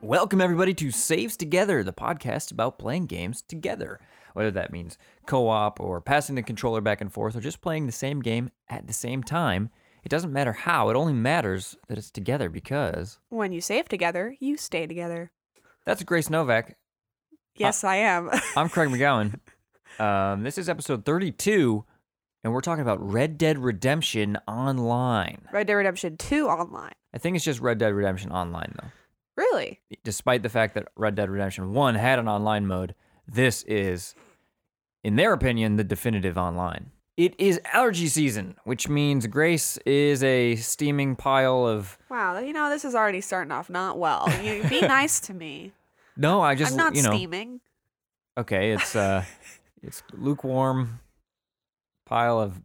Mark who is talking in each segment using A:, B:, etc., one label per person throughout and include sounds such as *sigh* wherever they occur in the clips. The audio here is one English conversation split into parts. A: Welcome, everybody, to Saves Together, the podcast about playing games together. Whether that means co op or passing the controller back and forth or just playing the same game at the same time, it doesn't matter how, it only matters that it's together because
B: When you save together, you stay together.
A: that's Grace Novak.
B: Yes, I am. *laughs*
A: I'm Craig McGowan. Um, this is episode 32, and we're talking about Red Dead Redemption Online.
B: Red Dead Redemption 2 online.
A: I think it's just Red Dead Redemption Online, though.
B: Really?
A: despite the fact that Red Dead Redemption 1 had an online mode, this is, in their opinion, the definitive online. It is allergy season, which means Grace is a steaming pile of.
B: Wow, you know, this is already starting off not well. You
A: *laughs*
B: be nice to me.
A: No, I just
B: I'm not
A: you know.
B: steaming.
A: Okay, it's
B: *laughs*
A: uh, it's lukewarm pile of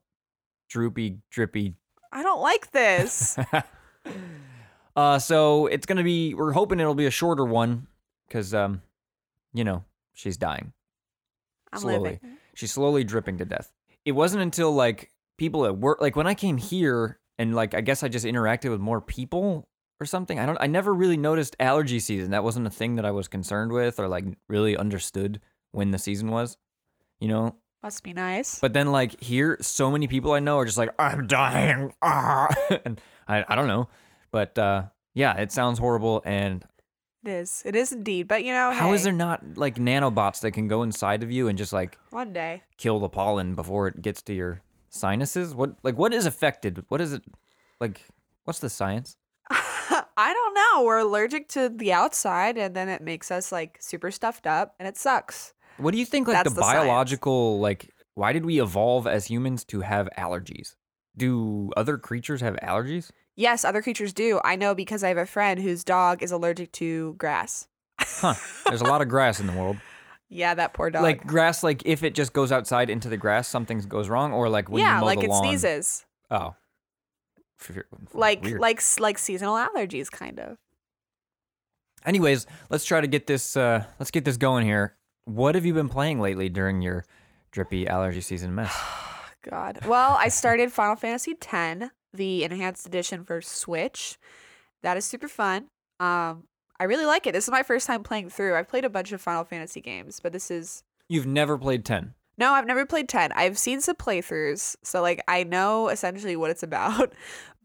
A: droopy, drippy. *laughs*
B: I don't like this.
A: Uh, so it's gonna be. We're hoping it'll be a shorter one, cause um, you know, she's dying.
B: I'm
A: slowly.
B: living.
A: She's slowly dripping to death. It wasn't until like people at work, like when I came here and like I guess I just interacted with more people or something. I don't. I never really noticed allergy season. That wasn't a thing that I was concerned with or like really understood when the season was. You know.
B: Must be nice.
A: But then like here, so many people I know are just like I'm dying, *laughs* ah! and I I don't know. But uh, yeah, it sounds horrible. And
B: It is. It is indeed. But you know,
A: how is
B: hey,
A: there not like nanobots that can go inside of you and just like
B: one day? *laughs*
A: kill the pollen before it gets to your sinuses? What like what is affected? What is it like what's the science?
B: I don't know. We're allergic to the outside and then it makes us like super stuffed up and it sucks.
A: What do you think like
B: That's
A: the
B: the science.
A: biological like why did we evolve as humans to have allergies? Do other creatures have allergies?
B: Yes, other creatures do. I know because I have a friend whose dog is allergic to grass.
A: Huh. There's a lot of grass in the world.
B: Yeah, that poor *laughs* dog.
A: Like grass like if it just goes outside into the grass something goes wrong or like when
B: yeah,
A: you mow
B: like
A: the
B: it
A: lawn.
B: sneezes.
A: Oh.
B: like
A: Weird.
B: like s- like seasonal allergies kind of
A: Anyways, let's try to get this uh let's get this going here. What have you been playing lately during your drippy allergy season mess?
B: god well i started final fantasy *laughs* x the enhanced edition for switch that is super fun um i really like it this is my first time playing through i've played a bunch of final fantasy games but this is
A: You've never played 10.
B: no i've never played 10 i've seen some playthroughs so like i know essentially what it's *laughs* about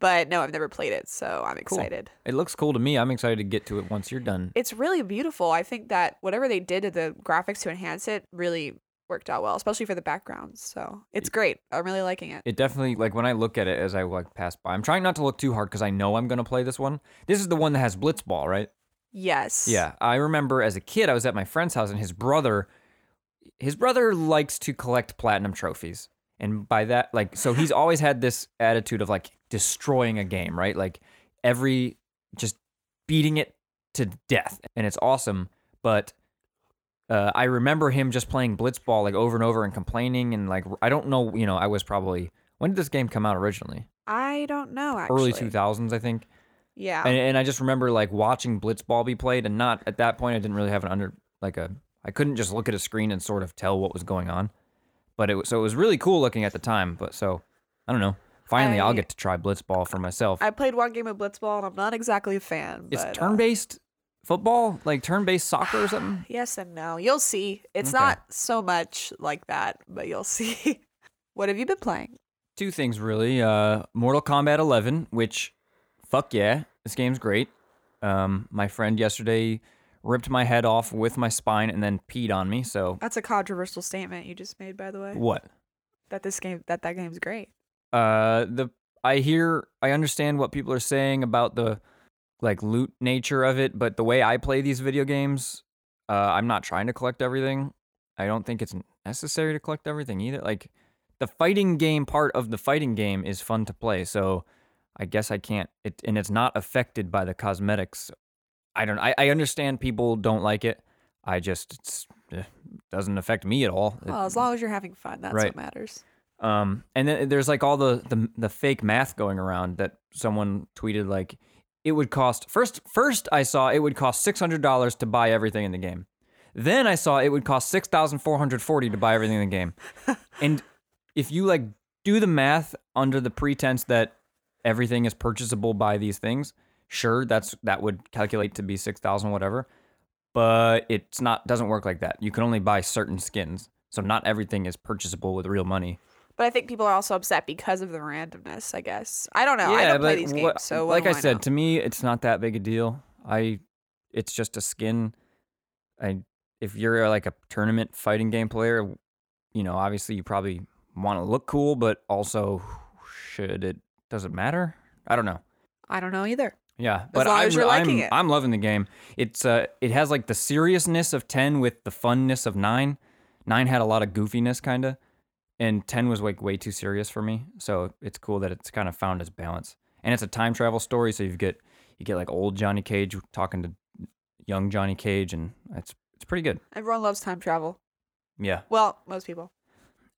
B: but no i've never played it so i'm
A: Cool.
B: excited
A: It looks cool to me. I'm excited to get to it once you're done.
B: it's really beautiful. I think that whatever they did to the graphics to enhance it really worked out well, especially for the backgrounds. So it's great. I'm really liking it.
A: It definitely like when I look at it as I like pass by. I'm trying not to look too hard cuz I know I'm going to play this one. This is the one that has blitzball, right?
B: Yes.
A: Yeah. I remember as a kid I was at my friend's house and his brother his brother likes to collect platinum trophies. And by that like so he's always had this attitude of like destroying a game, right? Like every just beating it to death and it's awesome, but uh, I remember him just playing blitzball like over and over and complaining and like I don't know, you know, I was probably when did this game come out originally?
B: I don't know
A: Early
B: actually.
A: 2000s, I think.
B: Yeah.
A: And, and I just remember like watching blitzball be played, and not at that point I didn't really have an under like a I couldn't just look at a screen and sort of tell what was going on. But it was so it was really cool looking at the time. But so I don't know. Finally, I, will
B: I-
A: get to try blitzball for myself.
B: I played one game of Blitzball and I'm not exactly a fan.
A: it's
B: but, uh,
A: turn based football, like turn based soccer or *sighs* something.
B: yes and no. You'll see. It's
A: Okay.
B: not so much like that, but you'll see. *laughs* what have you been playing?
A: Two things really. Uh, Mortal Kombat 11, which fuck yeah, this game's great. Um, my friend yesterday ripped my head off with my spine and then peed on me. So
B: That's a controversial statement you just made, by the way.
A: what?
B: That this game, that that game's great.
A: Uh, the I hear I understand what people are saying about the like loot nature of it, but the way I play these video games, uh, I'm not trying to collect everything. I don't think it's necessary to collect everything either. Like the fighting game part of the fighting game is fun to play, so I guess I can't it and it's not affected by the cosmetics. I don't I, I understand people don't like it. I just it's, eh, doesn't affect me at all. It-
B: Well, as long as you're having fun, that's
A: Right.
B: what matters.
A: um, and then there's like all the, the the fake math going around that someone tweeted like it would cost first first I saw it would cost six hundred dollars to buy everything in the game. Then I saw it would cost six thousand four hundred forty to buy everything in the game. and if you like do the math under the pretense that everything is purchasable by these things, sure that's that would calculate to be 6000 whatever but it's not doesn't work like that you can only buy certain skins so not everything is purchasable with real money
B: But I think people are also upset because of the randomness, I guess. I don't know. I
A: Yeah,
B: don't play
A: but
B: these
A: what-
B: games, so what
A: like
B: do
A: I
B: know?
A: said, to me, it's not that big a deal. I, it's just a skin. I, if you're like a tournament fighting game player, you know, obviously you probably want to look cool, but also, should it does it matter? I don't know.
B: I don't know either.
A: Yeah, but
B: long
A: I'm,
B: as you're
A: I'm,
B: liking it.
A: I'm loving the game. It's uh, it has like the seriousness of ten with the funness of nine. Nine had a lot of goofiness, kind of, and ten was like way too serious for me. So it's cool that it's kind of found its balance. And it's a time travel story, so you get you get like old Johnny Cage talking to young Johnny Cage, and it's it's pretty good.
B: Everyone loves time travel.
A: Yeah,
B: Well, most people.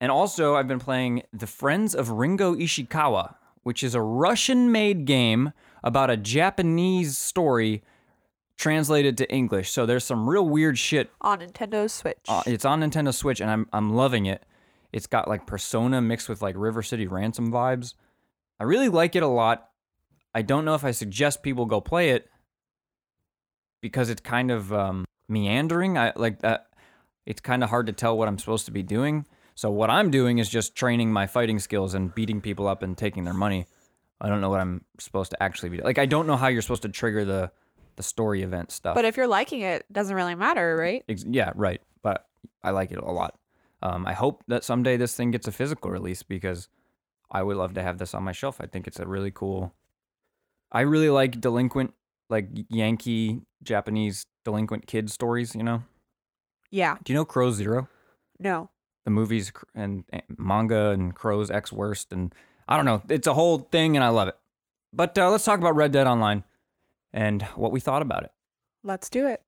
A: and also I've been playing The Friends of Ringo Ishikawa, which is a Russian-made game about a Japanese story translated to English. So there's some real weird shit.
B: On Nintendo Switch.
A: Uh, it's on Nintendo Switch, and I'm I'm loving it. It's got like Persona mixed with like River City Ransom vibes. I really like it a lot. I don't know if I suggest people go play it because it's kind of um, meandering. I like that. It's kind of hard to tell what I'm supposed to be doing. So what I'm doing is just training my fighting skills and beating people up and taking their money. I don't know what I'm supposed to actually be like. I don't know how you're supposed to trigger the the story event stuff.
B: but if you're liking it, doesn't really matter, right?
A: Ex- yeah, right. But I like it a lot. Um, I hope that someday this thing gets a physical release because I would love to have this on my shelf. I think it's a really cool. I really like delinquent, like Yankee Japanese delinquent kid stories. You know,
B: Yeah.
A: do you know Crow Zero?
B: No.
A: The movies cr- and, and manga and Crow's ex worst and I don't know. It's a whole thing and I love it. But uh, let's talk about Red Dead Online and what we thought about it.
B: Let's do it.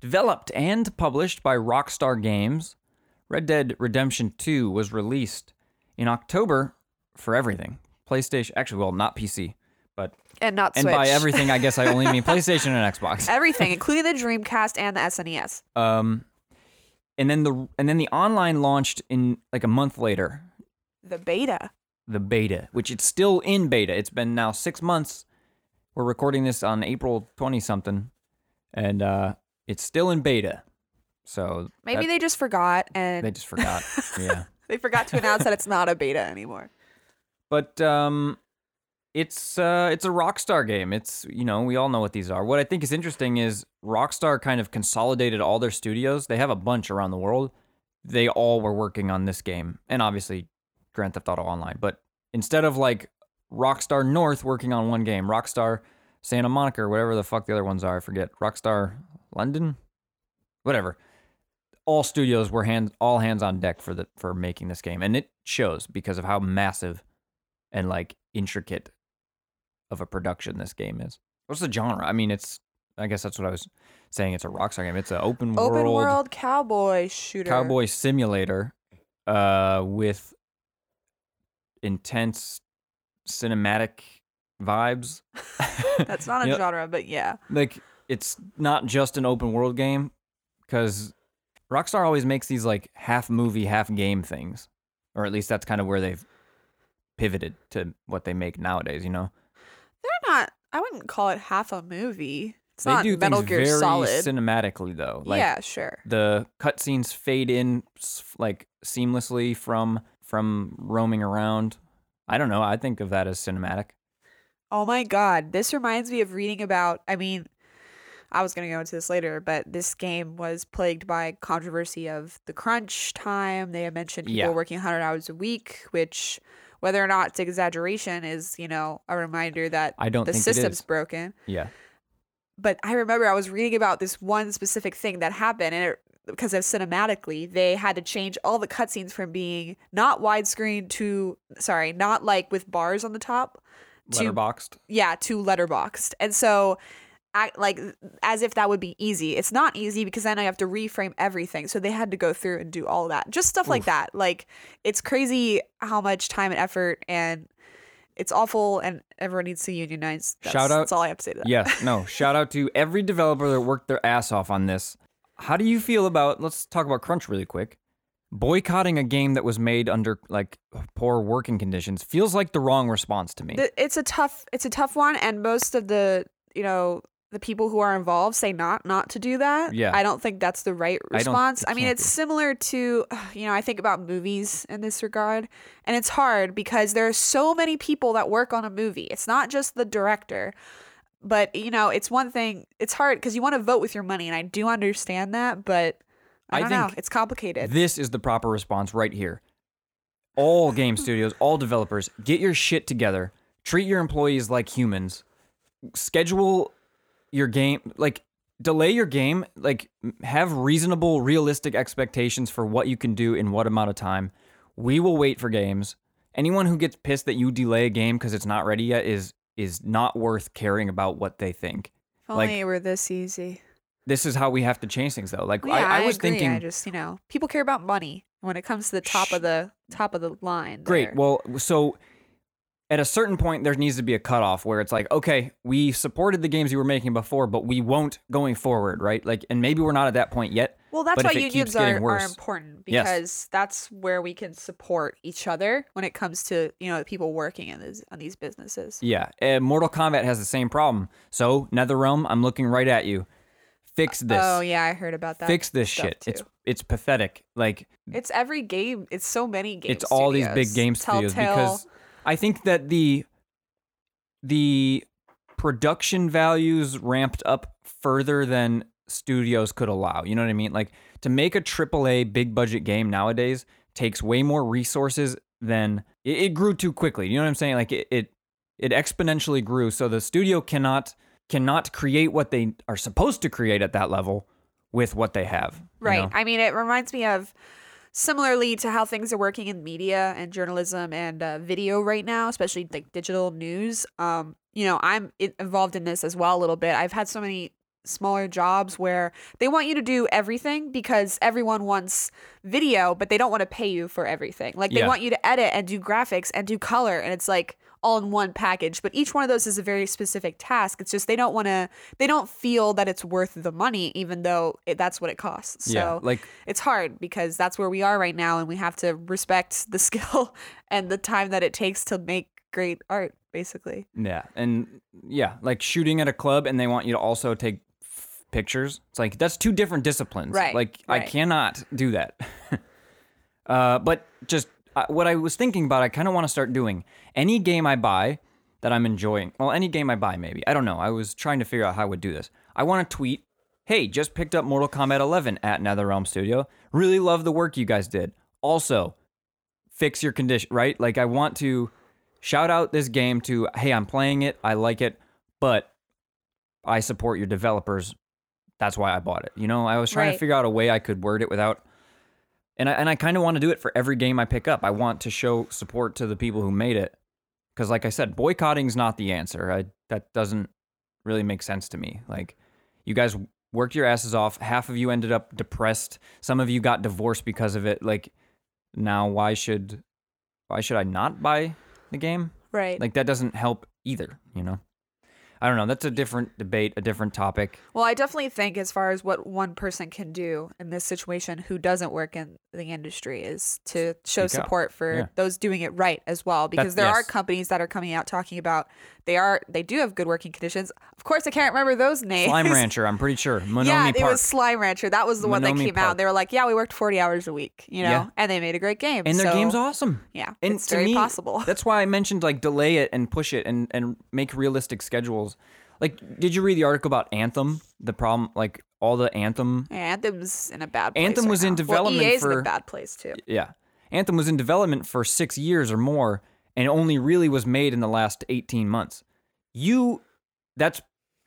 A: Developed and published by Rockstar Games, Red Dead Redemption 2 was released in October for everything. PlayStation, actually, well, not PC, but
B: And not
A: and
B: Switch.
A: by everything, I guess I only mean PlayStation and Xbox.
B: *laughs* Everything, including the Dreamcast and the E SNES.
A: Um, and then the and then the online launched in like a month later,
B: The beta.
A: the beta, which it's still in beta. It's been now six months. We're recording this on April twenty something, and uh, it's still in beta. So
B: Maybe
A: that-
B: they just forgot and
A: they just
B: *laughs*
A: forgot. yeah.
B: they forgot to announce that it's not a beta anymore.
A: but um it's uh it's a rockstar game it's you know we all know what these are what i think is interesting is rockstar kind of consolidated all their studios they have a bunch around the world they all were working on this game and obviously grand theft auto online but instead of like rockstar north working on one game rockstar santa monica or whatever the fuck the other ones are i forget rockstar london whatever all studios were hands all hands on deck for the for making this game and it shows because of how massive and like intricate of a production this game is. What's the genre? I mean, it's I guess that's what I was saying. It's a Rockstar game. It's an open *laughs* world,
B: Open world cowboy shooter.
A: cowboy simulator uh, with intense cinematic vibes.
B: *laughs* That's not
A: *laughs*
B: a
A: You know,
B: genre, but yeah.
A: like it's not just an open world game because Rockstar always makes these like half movie, half game things, or at least that's kind of where they've pivoted to what they make nowadays. You know,
B: They're not I wouldn't call it half a movie. It's
A: they
B: not
A: do
B: Metal
A: things
B: Gear
A: very
B: Solid.
A: cinematically though. Like
B: yeah, sure.
A: the cutscenes fade in s- like seamlessly from from roaming around. I don't know. I think of that as cinematic.
B: Oh my god, this reminds me of reading about. I mean, I was going to go into this later, but this game was plagued by controversy of the crunch time. They had mentioned people
A: Yeah.
B: working 100 hours a week, which whether or not it's exaggeration is, you know, a reminder that
A: I don't
B: the
A: think it
B: system's
A: is.
B: broken.
A: Yeah.
B: But I remember I was reading about this one specific thing that happened and it because of cinematically, they had to change all the cutscenes from being not widescreen to sorry, not like with bars on the top to
A: Letterboxed.
B: yeah to letterboxed and so act like as if that would be easy it's not easy because then i have to reframe everything so they had to go through and do all that just stuff like
A: Oof.
B: that like it's crazy how much time and effort and it's awful and everyone needs to unionize that's,
A: Shout out-
B: that's all i have to say to that
A: Yes. No. Shout out to every developer that worked their ass off on this. How do you feel about? Let's talk about crunch really quick. boycotting a game that was made under like poor working conditions feels like the wrong response to me.
B: Th- It's a tough it's a tough one and most of the, you know, the people who are involved say not not to do that.
A: Yeah.
B: I don't think that's the right
A: I don't-
B: response.
A: it
B: I, mean,
A: can't
B: it's
A: be.
B: similar to, *sighs* ugh, you know, I think about movies in this regard and it's hard because there are so many people that work on a movie. It's not just the director. But, you know, it's one thing. It's hard because you want to vote with your money and I do understand that, but I
A: I
B: don't know.
A: think
B: It's complicated.
A: This is the proper response right here. All
B: *laughs*
A: game studios, all developers, get your shit together. Treat your employees like humans. Schedule your game, like delay your game, like m- have reasonable, realistic expectations for what you can do in what amount of time. We will wait for games. Anyone who gets pissed that you delay a game because it's not ready yet is is not worth caring about what they think.
B: if only
A: like-
B: it were this easy.
A: This is how we have to change things though. Like
B: Yeah,
A: I, I was
B: agree.
A: thinking
B: I just you know, people care about money when it comes to the top of the top of the line.
A: Great.
B: there.
A: Well, so at a certain point, there needs to be a cutoff where it's like, okay, we supported the games you were making before, but we won't going forward, right? Like, and maybe we're not at that point yet.
B: well, that's
A: but
B: why
A: if it keeps
B: unions
A: getting
B: are, are
A: worse-
B: important
A: Yes.
B: because that's where we can support each other when it comes to you know the people working in these on these businesses. Oh,
A: Yeah. And Eh, Mortal Kombat has the same problem. So, NetherRealm, I'm looking right at you. Fix this.
B: Oh yeah, I heard about that.
A: Fix this
B: stuff,
A: shit. It's
B: too.
A: it's pathetic. Like
B: it's every game. It's so many games.
A: it's all these big game studios because I think that the the production values ramped up further than studios could allow. You know what I mean? Like to make a AAA big budget game nowadays takes way more resources than it, it grew too quickly. You know what I'm saying? Like it, it it exponentially grew, so the studio cannot cannot create what they are supposed to create at that level with what they have. you
B: Right.
A: know?
B: I mean, it reminds me of similarly to how things are working in media and journalism and uh, video right now, especially like digital news. Um, you know, I'm in- involved in this as well a little bit. I've had so many smaller jobs where they want you to do everything because everyone wants video, but they don't want to pay you for everything. Like they
A: Yeah.
B: want you to edit and do graphics and do color and it's like all in one package, but each one of those is a very specific task. It's just they don't want to they don't feel that it's worth the money even though it, that's what it costs. So
A: yeah. Like
B: it's hard because that's where we are right now and we have to respect the *laughs* skill and the time that it takes to make great art basically
A: Yeah, and yeah, like shooting at a club, and they want you to also take f- pictures. It's like that's two different disciplines.
B: Right,
A: Like I
B: right.
A: cannot do that. *laughs* uh, but just uh, what I was thinking about, I kind of want to start doing any game I buy that I'm enjoying. Well, any game I buy, maybe I don't know. I was trying to figure out how I would do this. I want to tweet. Hey, just picked up Mortal Kombat 11 at NetherRealm Studio. Really love the work you guys did. Also, fix your condition, right? Like I want to shout out this game to, hey, I'm playing it, I like it, but I support your developers. That's why I bought it. You know, I was trying to
B: Right.
A: figure out a way I could word it without and I and I kind of want to do it for every game I pick up. I want to show support to the people who made it. Cuz like I said, boycotting's not the answer. I that doesn't really make sense to me. Like you guys worked your asses off. Half of you ended up depressed. Some of you got divorced because of it. Like now why should why should I not buy the game?
B: right
A: Like that doesn't help either, you know. I don't know. That's a different debate, a different
B: *laughs*
A: topic.
B: well i definitely think as far as what one person can do in this situation who doesn't work in the industry is to show
A: Speak up.
B: support for
A: Yeah.
B: those doing it right as well because there are
A: yes.
B: companies that are coming out talking about they are they do have good working conditions of course i can't remember those names
A: Slime Rancher, I'm pretty sure. Monomi
B: *laughs* yeah, it
A: Park.
B: was Slime Rancher. That was the one that
A: Monomi
B: came
A: Park.
B: out. They were like, "Yeah, we worked forty hours a week, you know,"
A: Yeah.
B: and they made a great game.
A: and their
B: so-
A: game's awesome.
B: Yeah,
A: And
B: it's
A: to
B: very
A: me,
B: possible.
A: That's why I mentioned like delay it and push it and and make realistic schedules. Like, did you read the article about Anthem? The problem, like all the Anthem
B: *laughs* Yeah, Anthem's in a bad place.
A: Anthem
B: right
A: was in
B: now.
A: development
B: well, EA's in
A: for-
B: a bad place too.
A: Yeah. Anthem was in development for six years or more and only really was made in the last 18 months. You, that's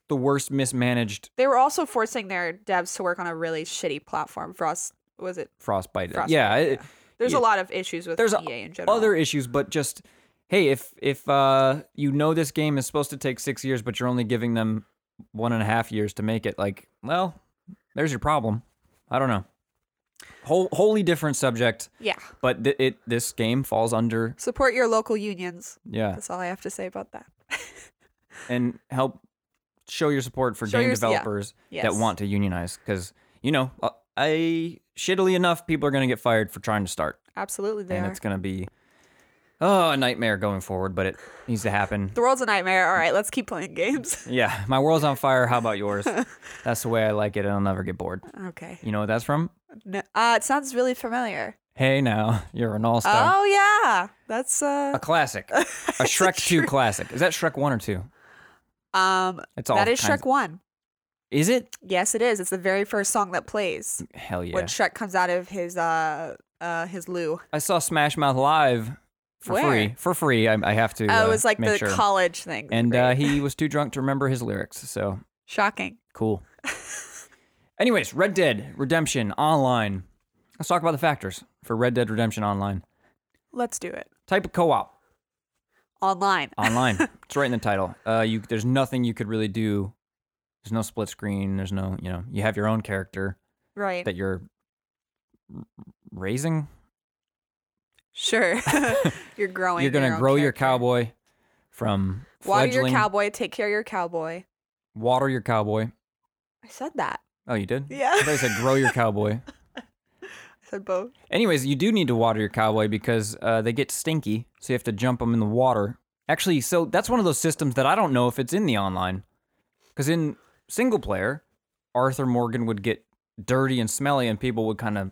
A: the worst mismanaged
B: They were also forcing their devs to work on a really shitty platform. Frost was it?
A: Frostbite.
B: Frostbite,
A: yeah. it-
B: yeah. There's
A: Yeah.
B: a lot of issues with
A: There's a-
B: EA in general.
A: other issues, but just, hey, if, if uh, you know this game is supposed to take six years, but you're only giving them one and a half years to make it, like, well, there's your problem. I don't know. Whole, wholly different subject,
B: yeah.
A: but th- it this game falls under
B: Support your local unions.
A: yeah
B: That's all I have to say about that.
A: and help show your support for
B: Show
A: game
B: your- yeah.
A: developers
B: Yes.
A: that want to unionize because you know uh, I shittily enough, people are gonna get fired for trying to start,
B: Absolutely, they
A: and
B: are.
A: it's gonna be oh a nightmare going forward. But it needs to
B: *laughs*
A: happen.
B: The world's a
A: *laughs*
B: nightmare. All right, let's keep playing games.
A: Yeah, my world's on fire. How about
B: *laughs*
A: yours? That's the way I like it, and I'll never get bored.
B: okay.
A: You know what that's from?
B: No, uh, it sounds really familiar.
A: Hey, now you're an all-star.
B: Oh yeah, that's uh.
A: A
B: *laughs*
A: classic, a Shrek two classic. Is that Shrek one or two?
B: Um,
A: Uh, It's all
B: that is
A: kinds-
B: Shrek One.
A: Is it?
B: Yes, it is. It's the very first song that plays
A: Hell yeah!
B: when Shrek comes out of his uh uh his loo.
A: I saw Smash Mouth live for
B: Where?
A: free. For free, I, I have to.
B: Oh,
A: uh,
B: it was like
A: make
B: the
A: sure.
B: college thing.
A: And
B: Great.
A: uh, he was too drunk to remember his lyrics, so
B: shocking. *laughs*
A: cool. Anyways, Red Dead Redemption Online. Let's talk about the factors for Red Dead Redemption Online.
B: Let's do it
A: Type of co-op
B: online. *laughs*
A: online. it's right in the title. Uh, you there's nothing you could really do. There's no split screen. There's no you know you have your own character
B: right.
A: that you're r- raising.
B: Sure. *laughs* You're
A: *laughs*
B: growing.
A: you're gonna
B: your own
A: grow your
B: character.
A: cowboy from
B: Water
A: fledgling.
B: your cowboy. Take care of your cowboy.
A: water your cowboy.
B: I said that.
A: Oh, you did?
B: Yeah.
A: I thought you said grow your cowboy.
B: I said both.
A: Anyways, you do need to water your cowboy because uh, they get stinky, so you have to jump them in the water. Actually, so that's one of those systems that I don't know if it's in the online, because in single player, Arthur Morgan would get dirty and smelly, and people would kind of,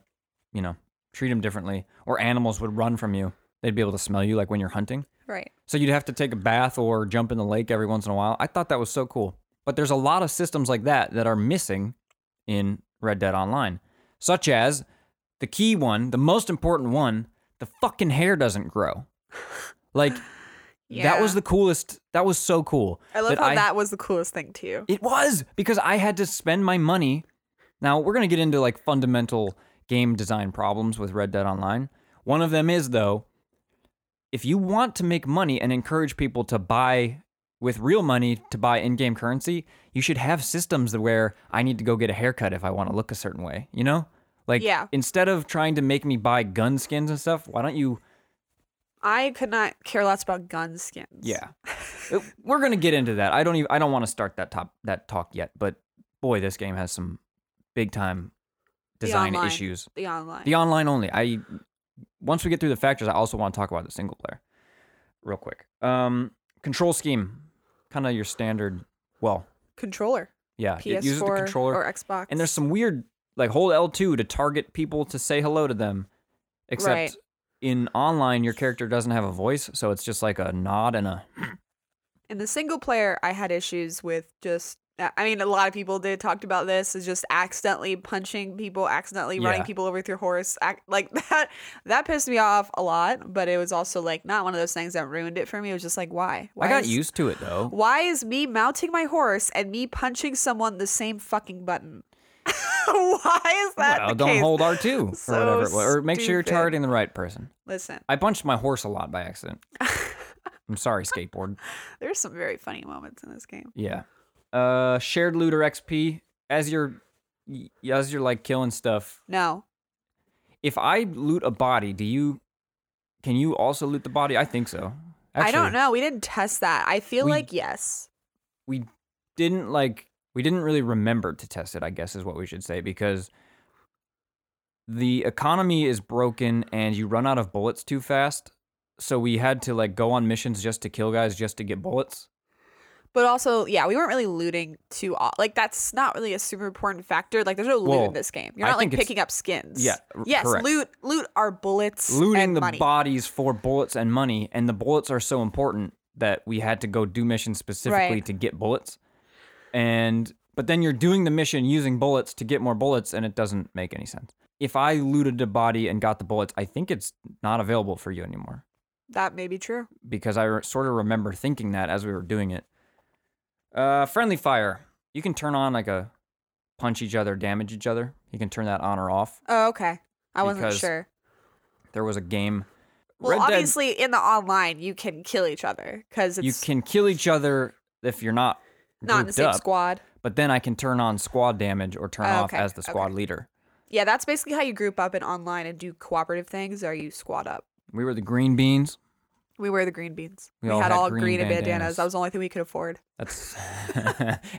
A: you know, treat him differently, or animals would run from you. They'd be able to smell you, like when you're hunting.
B: Right.
A: So you'd have to take a bath or jump in the lake every once in a while. I thought that was so cool. But there's a lot of systems like that that are missing in Red Dead Online, such as the key one, the most important one, the fucking hair doesn't grow. Like that was the coolest. That was so cool.
B: I love
A: that
B: how
A: I-
B: that was the coolest thing to you.
A: It was because I had to spend my money. Now we're gonna get into like fundamental game design problems with Red Dead Online. One of them is though, if you want to make money and encourage people to buy with real money to buy in-game currency, you should have systems where I need to go get a haircut if I want to look a certain way. You know, like
B: Yeah.
A: instead of trying to make me buy gun skins and stuff, why don't you?
B: I could not care less about gun skins. *laughs*
A: Yeah, we're gonna get into that. I don't even. I don't want to start that top that talk yet. But boy, this game has some big time
B: The
A: design
B: online.
A: issues.
B: The online.
A: The online only. I once we get through the factors, I also want to talk about the single player, real quick. Um, control scheme, kind of your standard. Well,
B: controller.
A: yeah,
B: PS4
A: it uses the controller.
B: or Xbox.
A: And there's some weird, like hold L2 to target people to say hello to them. Except
B: Right.
A: in online, your character doesn't have a voice, so it's just like a nod and a
B: in the single player, I had issues with just. uh, I I mean, a lot of people did talked about this is just accidentally punching people, accidentally running
A: Yeah.
B: people over with your horse, act, like *laughs* that. That pissed me off a lot, but it was also like not one of those things that ruined it for me. It was just like, why? why
A: I got
B: is-
A: used to it though.
B: Why is me mounting my horse and me punching someone the same fucking button? *laughs* why is that
A: Well,
B: the
A: don't
B: case?
A: hold R2
B: *laughs*
A: or
B: So
A: whatever it was. Or make sure you're
B: stupid.
A: targeting the right person.
B: Listen, *laughs*
A: I punched my horse a lot by accident. I'm sorry, skateboard.
B: there's some very funny moments in this game.
A: Yeah. Uh shared loot or XP as you're y- as you're like killing stuff.
B: No,
A: If I loot a body, do you can you also loot the body? I think so.
B: I don't
A: Actually,
B: know. We didn't test that. I feel
A: We-
B: like yes.
A: we didn't like we didn't really remember to test it i guess is what we should say because the economy is broken and you run out of bullets too fast so we had to like go on missions just to kill guys just to get bullets
B: But also, yeah, we weren't really looting too. au- Like that's not really a super important factor. Like there's no loot
A: Well,
B: in this game. You're
A: I
B: not like
A: think it's-
B: picking up skins.
A: Yeah, r-
B: Yes,
A: correct.
B: loot loot our bullets.
A: looting
B: and
A: the
B: money.
A: bodies for bullets and money and the bullets are so important that we had to go do missions specifically
B: Right.
A: to get bullets and but then you're doing the mission using bullets to get more bullets and it doesn't make any sense if i looted a body and got the bullets i think it's not available for you anymore
B: That may be true.
A: because I re- sort of remember thinking that as we were doing it. Uh, friendly fire. You can turn on like a punch each other, damage each other. You can turn that on or off.
B: Oh, okay. I wasn't
A: Because
B: sure.
A: There was a game.
B: Well,
A: Red Dead-
B: obviously, in the online, you can kill each other because it's
A: you can kill each other if you're not
B: not in the
A: grouped
B: same
A: up,
B: squad.
A: But then I can turn on squad damage or turn
B: Oh,
A: off
B: okay,
A: as the squad
B: okay.
A: leader.
B: Yeah, that's basically how you group up in online and do cooperative things, or you squad up.
A: We were the green beans.
B: We wear the green beans.
A: We all
B: had,
A: had
B: all
A: green
B: green and bandanas.
A: bandanas.
B: That
A: *laughs*
B: was the only thing we could afford.
A: That's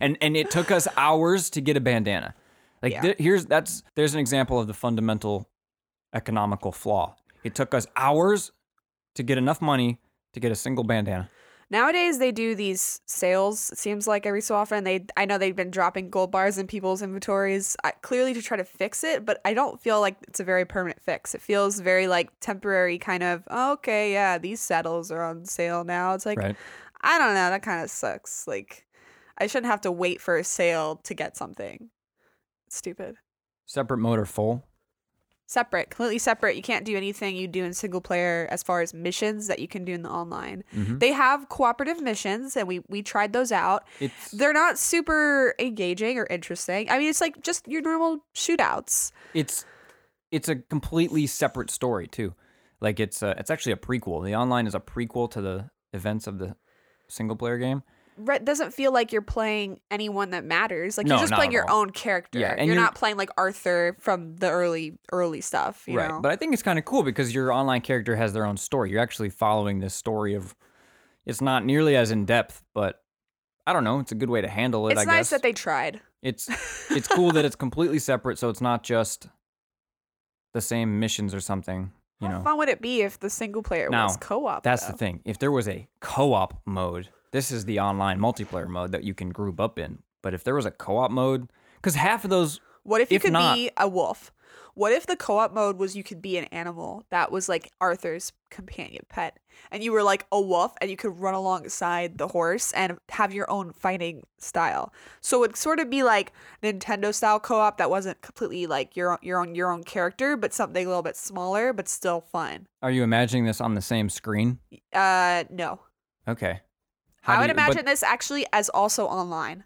A: and and it took us hours to get a bandana. Like
B: Yeah.
A: there- here's that's there's an example of the fundamental economical flaw. It took us hours to get enough money to get a single bandana.
B: Nowadays they do these sales. It seems like every so often they. I know they've been dropping gold bars in people's inventories, I, clearly to try to fix it. But I don't feel like it's a very permanent fix. It feels very like temporary, kind of. "Oh, okay, yeah, these saddles are on sale now. It's like
A: right.
B: I don't know. That kind of sucks. Like I shouldn't have to wait for a sale to get something. Stupid.
A: Separate motor full.
B: Separate, completely separate. You can't do anything you do in single player as far as missions that you can do in the online.
A: Mhm.
B: They have cooperative missions, and we we tried those out.
A: It's
B: They're not super engaging or interesting. I mean, it's like just your normal shootouts.
A: it's it's a completely separate story too. Like it's a, it's actually a prequel. The online is a prequel to the events of the single player game.
B: It doesn't feel like you're playing anyone that matters. Like
A: No,
B: you're just
A: not
B: playing
A: at
B: your
A: all.
B: own character.
A: Yeah, and
B: you're
A: you're-
B: not playing like Arthur from the early early stuff. You
A: right.
B: know?
A: But I think it's kind of cool because your online character has their own story. You're actually following this story of it's not nearly as in depth, but I don't know, it's a good way to handle it,
B: it's
A: I
B: nice
A: guess.
B: that they tried.
A: it's
B: *laughs*
A: it's cool that it's completely separate so it's not just the same missions or something, you
B: How
A: know.
B: fun would it be if the single player
A: Now,
B: was co-op?
A: That's
B: though?
A: the thing. If there was a co-op mode, this is the online multiplayer mode that you can group up in. But if there was a co-op mode, because half of those,
B: What if you
A: If
B: could
A: not-
B: be a wolf? What if the co-op mode was you could be an animal that was like Arthur's companion pet, and you were like a wolf, and you could run alongside the horse and have your own fighting style. So it'd sort of be like Nintendo style co-op that wasn't completely like your own, your own your own character, but something a little bit smaller but still fun.
A: are you imagining this on the same screen?
B: Uh, no,
A: Okay.
B: I
A: do
B: would
A: you- but-
B: imagine this actually as also online.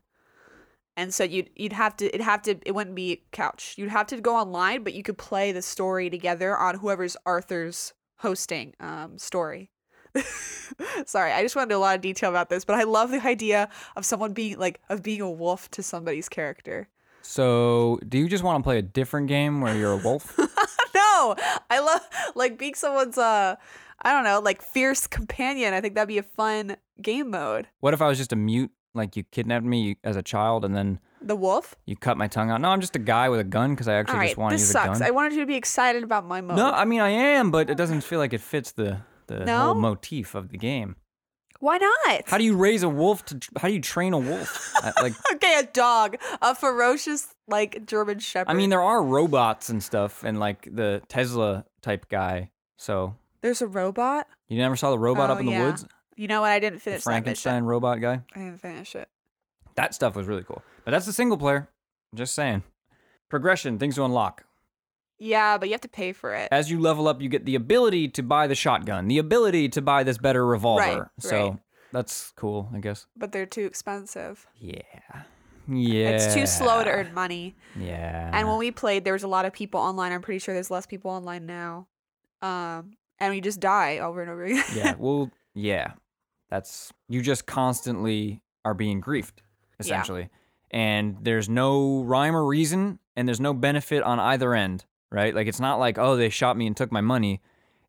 B: And so you'd you'd have to it'd have to it wouldn't be couch. You'd have to go online, but you could play the story together on whoever's Arthur's hosting um story. *laughs* Sorry, I just went into a lot of detail about this, but I love the idea of someone being like of being a wolf to somebody's character. *laughs*
A: So, do you just want to play a different game where you're a
B: *laughs*
A: wolf?
B: no, I love like being someone's uh I don't know like fierce companion. I think that'd be a fun game mode.
A: what if I was just a mute, like you kidnapped me as a child and then
B: The wolf.
A: you cut my tongue out? No, I'm just a guy with a gun because I actually
B: All
A: just
B: right,
A: want to
B: this
A: use
B: sucks.
A: a
B: I
A: gun.
B: wanted you to be excited about my mode.
A: no, I mean I am, but it doesn't feel like it fits the the
B: No?
A: whole motif of the game.
B: Why not?
A: How do you raise a wolf? To how do you train a wolf? I-
B: *laughs*
A: like
B: okay, a dog, a ferocious like German Shepherd.
A: I mean, there are robots and stuff, and like the Tesla type guy. So
B: there's a robot.
A: you never saw the robot
B: Oh,
A: up in the
B: yeah.
A: woods,
B: You know what? I didn't
A: the
B: finish that mission.
A: Frankenstein robot guy.
B: I didn't finish it.
A: That stuff was really cool. But that's the single player. Just saying. Progression, things to unlock.
B: Yeah, but you have to pay for it.
A: As you level up, you get the ability to buy the shotgun, the ability to buy this better revolver.
B: Right,
A: so
B: right.
A: that's cool, I guess.
B: But they're too expensive.
A: Yeah. Yeah.
B: It's too slow to earn money.
A: Yeah.
B: And when we played, there was a lot of people online. I'm pretty sure there's less people online now. Um, and we just die over and over again. *laughs*
A: yeah. Well, yeah. That's you just constantly are being griefed, essentially. And there's no rhyme or reason and there's no benefit on either end, right? Like it's not like, oh, they shot me and took my money.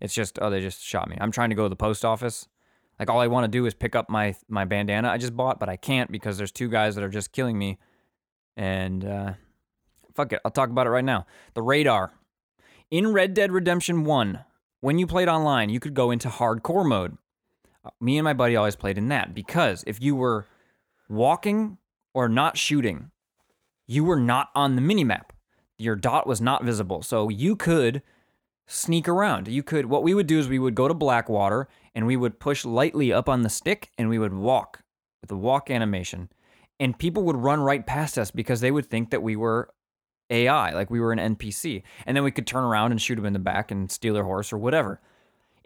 A: It's just, oh, they just shot me. I'm trying to go to the post office. Like all I want to do is pick up my my bandana I just bought, but I can't because there's two guys that are just killing me. And uh fuck it, I'll talk about it right now. The radar. In Red Dead Redemption 1, when you played online, you could go into hardcore mode. Uh, Me and my buddy always played in that because if you were walking or not shooting, you were not on the minimap. Your dot was not visible. So you could sneak around. You could, what we would do is we would go to Blackwater and we would push lightly up on the stick and we would walk with the walk animation. And people would run right past us because they would think that we were AI, like we were an NPC. And then we could turn around and shoot them in the back and steal their horse or whatever.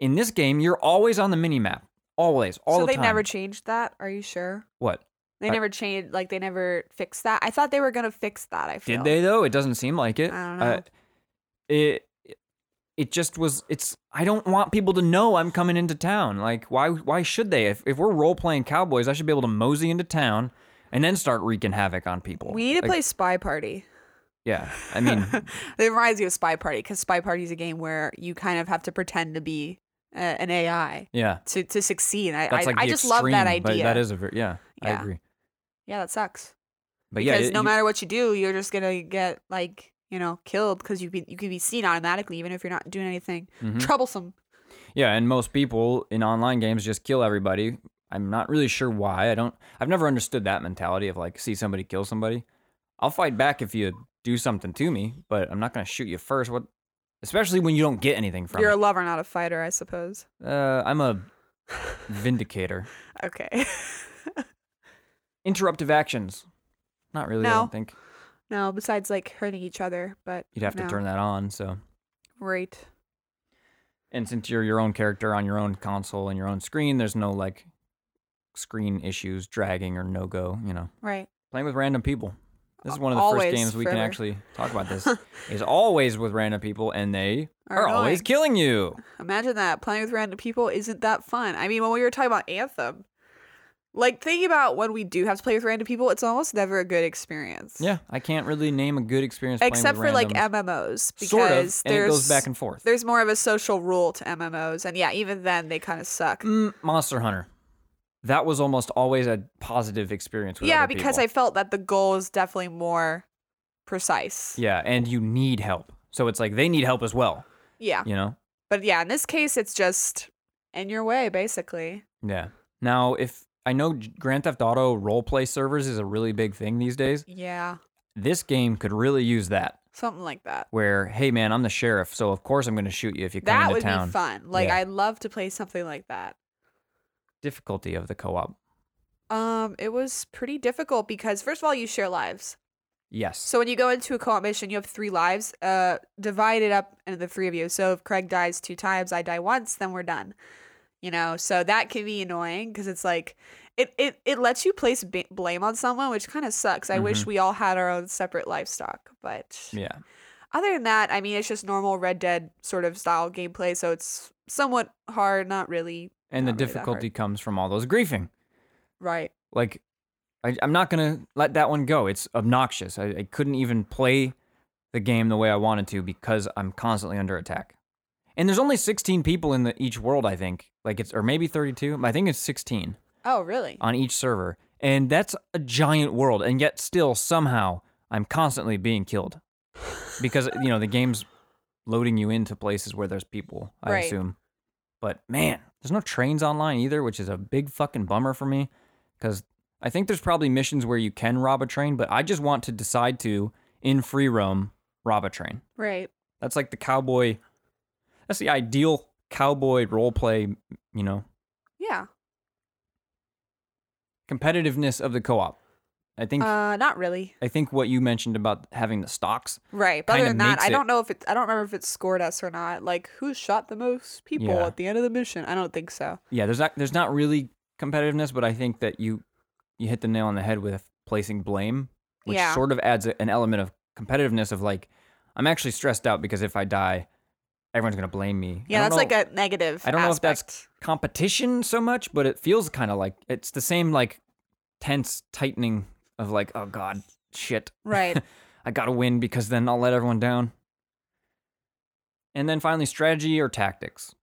A: In this game, you're always on the minimap. Always. All
B: so
A: the
B: they
A: time.
B: never changed that. Are you sure?
A: What?
B: They
A: I-
B: never changed. Like they never fixed that. I thought they were gonna fix that. I feel.
A: Did they though? It doesn't seem like it.
B: I don't know.
A: Uh, it it just was. It's. I don't want people to know I'm coming into town. Like, why? Why should they? If if we're role playing cowboys, I should be able to mosey into town and then start wreaking havoc on people.
B: We need to
A: Like,
B: play Spy Party.
A: Yeah, I
B: *laughs*
A: mean,
B: it reminds me of Spy Party because Spy Party is a game where you kind of have to pretend to be a, an AI
A: yeah.
B: to, to succeed. I,
A: That's
B: I,
A: like
B: I
A: the
B: just love that
A: extreme, but
B: idea.
A: That is a very yeah. I
B: Yeah.
A: agree.
B: yeah, that sucks.
A: But yeah,
B: because
A: it-
B: no
A: you-
B: matter what you do, you're just gonna get like you know killed because you be, you can be seen automatically even if you're not doing anything
A: mhm.
B: troublesome.
A: Yeah, and most people in online games just kill everybody. I'm not really sure why. I don't I've never understood that mentality of like see somebody kill somebody. I'll fight back if you do something to me, but I'm not going to shoot you first. What especially when you don't get anything from
B: You're a
A: it.
B: lover, not a fighter, I suppose.
A: Uh, I'm
B: *laughs*
A: a vindicator.
B: Okay. *laughs*
A: Interruptive actions. Not really, I
B: No.
A: don't think.
B: no, besides like hurting each other, but
A: You'd have
B: No.
A: to turn that on, so
B: right.
A: and since you're your own character on your own console and your own screen, there's no like screen issues, dragging or no go, you know.
B: Right.
A: playing with random people. This is one of the
B: Always,
A: first games we can
B: forever.
A: actually talk about.
B: *laughs*
A: This is always with random people, and they
B: Are
A: are, always
B: annoying.
A: killing you.
B: Imagine that playing with random people isn't that fun. I mean, when we were talking about Anthem, like thinking about when we do have to play with random people, it's almost never a good experience.
A: Yeah, I can't really name a good experience. playing
B: Except
A: with
B: for like
A: randoms.
B: MMOs because
A: sort of,
B: there's
A: and it goes back and forth.
B: there's more of a social rule to MMOs, and yeah, even then they kind of suck.
A: Mm, Monster Hunter, that was almost always a positive experience. With
B: Yeah,
A: other
B: because
A: people.
B: I felt that the goal is definitely more precise.
A: yeah, and you need help, so it's like they need help as well.
B: Yeah.
A: You know,
B: But yeah, in this case, it's just in your way, basically.
A: yeah. Now, if I know Grand Theft Auto roleplay servers is a really big thing these days,
B: Yeah,
A: this game could really use that.
B: something like that.
A: where hey man i'm the sheriff so of course i'm going to shoot you if you come
B: That
A: into
B: would
A: town
B: be fun. Like
A: Yeah.
B: I'd love to play something like that.
A: difficulty of the co-op
B: Um, it was pretty difficult because first of all, you share lives.
A: yes
B: So when you go into a co-op mission, you have three lives, uh, divided up into the three of you. So if Craig dies two times, I die once, then we're done. You know, so that can be annoying because it's like it, it it lets you place b- blame on someone, which kind of sucks. I wish
A: Mhm.
B: we all had our own separate livestock, but
A: yeah
B: other than that, I mean, it's just normal Red Dead sort of style gameplay, so it's somewhat hard, not really
A: and
B: Not
A: the
B: really that hard.
A: difficulty comes from all those griefing
B: right.
A: like I, i'm not going to let that one go it's obnoxious I, I couldn't even play the game the way i wanted to because i'm constantly under attack and there's only 16 people in the, each world i think like it's or maybe 32 i think it's 16
B: Oh, really?
A: on each server and that's a giant world and yet still somehow i'm constantly being killed because you know the game's loading you into places where there's people i
B: Right.
A: assume but man there's no trains online either which is a big fucking bummer for me because i think there's probably missions where you can rob a train but i just want to decide to in free roam rob a train
B: Right.
A: that's like the cowboy that's the ideal cowboy role play you know
B: Yeah.
A: competitiveness of the co-op i think
B: Uh, not really.
A: I think what you mentioned about having the stocks.
B: Right. But other
A: kinda
B: than that,
A: makes
B: I
A: it-
B: don't know if it. I don't remember if it scored us or not. Like, who shot the most people
A: Yeah.
B: at the end of the mission? I don't think so.
A: Yeah, there's not there's not really competitiveness, but I think that you you hit the nail on the head with placing blame, which
B: Yeah.
A: sort of adds a, an element of competitiveness of like I'm actually stressed out because if I die, everyone's gonna blame me.
B: Yeah, that's like a negative.
A: I don't know if that's-
B: aspect.
A: competition so much, but it feels kind of like it's the same like tense tightening of like oh god shit *laughs*
B: right.
A: I gotta win because then I'll let everyone down. And then finally strategy or tactics.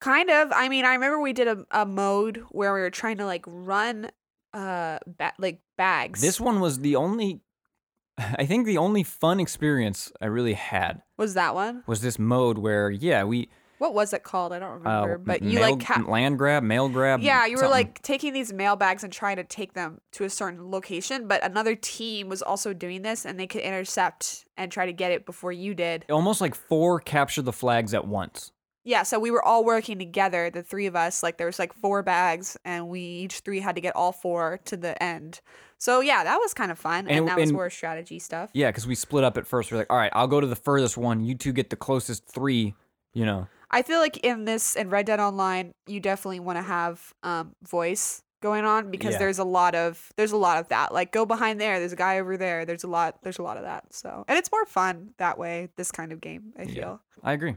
B: Kind of. I mean, I remember we did a, a mode where we were trying to like run, uh, ba- like bags.
A: This one was the only, *laughs* I think, the only fun experience I really had
B: was that one.
A: was this mode where, yeah, we
B: What was it called? I don't
A: uh,
B: remember. but
A: m-
B: you
A: mail-
B: like ca-
A: land grab, mail grab.
B: Yeah, you were
A: something.
B: like taking these mailbags and trying to take them to a certain location, but another team was also doing this and they could intercept and try to get it before you did.
A: almost like four capture the flags at once.
B: Yeah, so we were all working together, the three of us, like there was like four bags and we each three had to get all four to the end. So yeah, that was kind of fun and,
A: And-
B: that was
A: and-
B: more strategy stuff.
A: Yeah, because we split up at first. We're like, all right, I'll go to the furthest one. You two get the closest three. You know,
B: I feel like in this in Red Dead Online, you definitely want to have um voice going on because
A: Yeah.
B: there's a lot of there's a lot of that. Like go behind there, there's a guy over there, there's a lot there's a lot of that. So and it's more fun that way, this kind of game, I
A: Yeah.
B: feel.
A: I agree.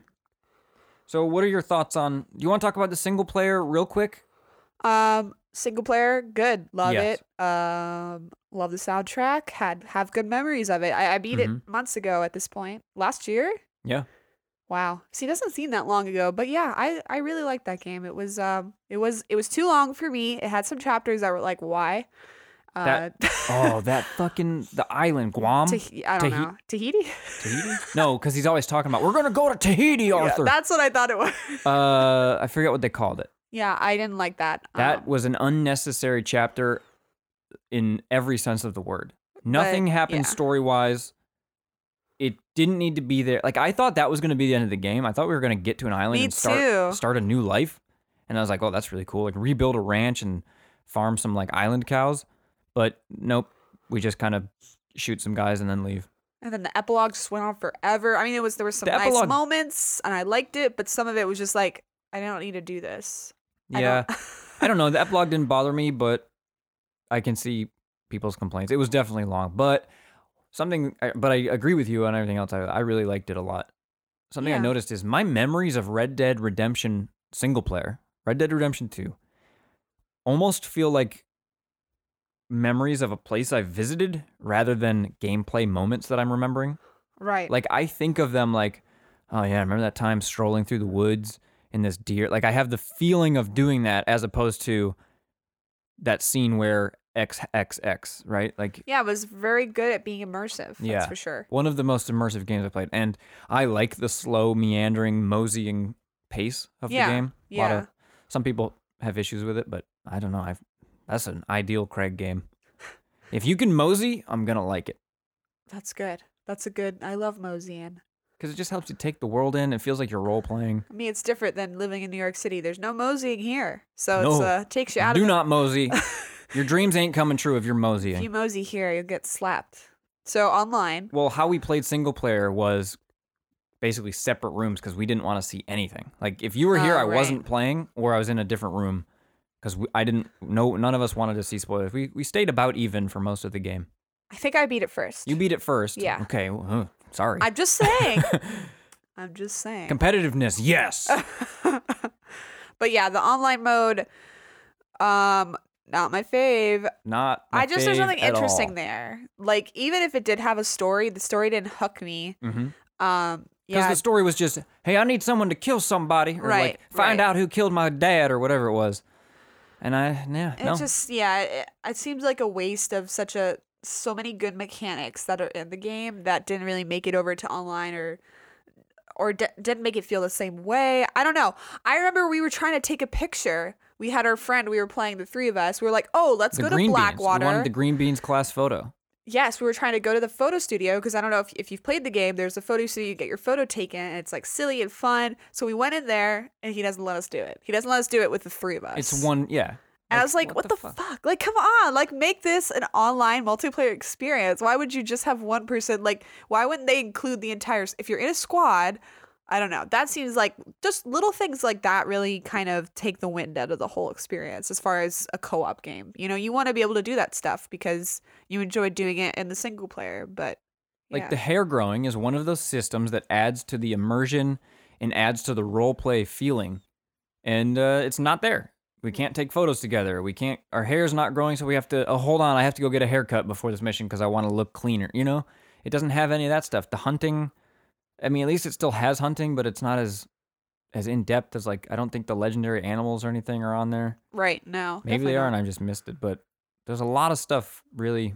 A: So, what are your thoughts on? Do you want to talk about the single player real quick?
B: Um single player, good. Love
A: Yes.
B: it. Um love the soundtrack. Had have good memories of it. I, I beat
A: Mhm.
B: it months ago at this point. Last year?
A: Yeah.
B: Wow. See, it doesn't seem that long ago, but yeah, I I really liked that game. It was um it was it was too long for me. It had some chapters that were like why? Uh,
A: That- *laughs*
B: *laughs*
A: Oh, that fucking the island Guam,
B: Tahi- I don't
A: Tahi-
B: know. Tahiti? *laughs*
A: Tahiti. No, because he's always talking about we're gonna go to Tahiti,
B: Yeah,
A: Arthur.
B: that's what I thought it was.
A: uh, I forget what they called it.
B: *laughs* yeah, I didn't like that.
A: That
B: Um,
A: was an unnecessary chapter in every sense of the word. Nothing happened
B: yeah.
A: story wise. It didn't need to be there. Like I thought that was going to be the end of the game. I thought we were going to get to an island
B: Me
A: and start
B: too.
A: start a new life. And I was like, "Oh, that's really cool. Like rebuild a ranch and farm some like island cows." But nope, we just kind of shoot some guys and then leave.
B: and then the epilogue just went on forever. I mean, there was there were some
A: The
B: nice
A: epilogue-
B: moments, and I liked it, but some of it was just like I don't need to do this. I
A: Yeah.
B: *laughs* don't-
A: I don't know. The epilogue didn't bother me, but I can see people's complaints. It was definitely long, but something. I- But I agree with you on everything else. I, I really liked it a lot. Something I
B: Yeah.
A: noticed is my memories of Red Dead Redemption single player, Red Dead Redemption Two, almost feel like memories of a place I visited rather than gameplay moments that I'm remembering.
B: right.
A: Like I think of them like, oh yeah, remember that time strolling through the woods in this deer? Like I have the feeling of doing that as opposed to that scene where XXX, right? Like
B: yeah, it was very good at being immersive.
A: Yeah.
B: That's for sure.
A: one of the most immersive games I played. And I like the slow, meandering, moseying pace of
B: Yeah,
A: the game. A lot
B: Yeah.
A: of some people have issues with it, but I don't know. I've that's an ideal Craig game. If you can mosey, I'm gonna like it.
B: That's good. That's a good. I love Mosean.
A: Because it just helps you take the world in. It feels like you're role playing.
B: I mean, it's different than living in New York City. There's no moseying here, so it's
A: No.
B: uh, takes you out
A: Do
B: of.
A: not
B: *laughs*
A: mosey. Your dreams ain't coming true if you're
B: It. If you
A: moseying.
B: mosey here, you'll get slapped. So online,
A: Well, how we played single player was basically separate rooms because we didn't want to see anything. Like if you were here,
B: Oh,
A: I
B: right.
A: wasn't playing, or I was in a different room because I didn't. No, none of us wanted to see spoilers. We we stayed about even for most of the game.
B: I think I beat it first.
A: You beat it first.
B: Yeah.
A: Okay. well, huh, sorry. *laughs*
B: I'm just saying. I'm just saying.
A: Competitiveness.
B: *laughs*
A: Yes.
B: but yeah, the online mode, um, not my fave.
A: Not. my
B: I just there's
A: fave
B: nothing
A: at all.
B: interesting there. Like even if it did have a story, the story didn't hook me.
A: Mhm. Because
B: Um, yeah,
A: the story was just, hey, I need someone to kill somebody, or
B: Right,
A: like find
B: right.
A: out who killed my dad, or whatever it was. And I, yeah,
B: it
A: no.
B: just yeah, it, it seems like a waste of such a so many good mechanics that are in the game that didn't really make it over to online or or d- didn't make it feel the same way. I don't know. I remember we were trying to take a picture. We had our friend. We were playing the three of us. We were like, "Oh, let's go to
A: green
B: Blackwater."
A: Beans. We wanted the green beans class photo.
B: yes, we were trying to go to the photo studio because I don't know if, if you've played the game, there's a photo studio, you get your photo taken, and it's like silly and fun. So we went in there, and he doesn't let us do it. He doesn't let us do it with the three of us.
A: It's one, yeah.
B: And I was like, what, the, fuck? Like, come on. Like, make this an online multiplayer experience. Why would you just have one person? Like, why wouldn't they include the entire. s- If you're in a squad, I don't know. That seems like just little things like that really kind of take the wind out of the whole experience as far as a co op game. You know, you want to be able to do that stuff because you enjoy doing it in the single player, but.
A: Like
B: yeah.
A: the hair growing is one of those systems that adds to the immersion and adds to the role play feeling, and uh, it's not there. We can't take photos together. We can't. Our hair's not growing, so we have to. Oh, hold on. I have to go get a haircut before this mission because I want to look cleaner. You know, it doesn't have any of that stuff. The hunting. I mean, at least it still has hunting, but it's not as as in depth as like I don't think the legendary animals or anything are on there.
B: Right, no.
A: Maybe
B: definitely
A: they are,
B: not.
A: and I've just missed it. But there's a lot of stuff really,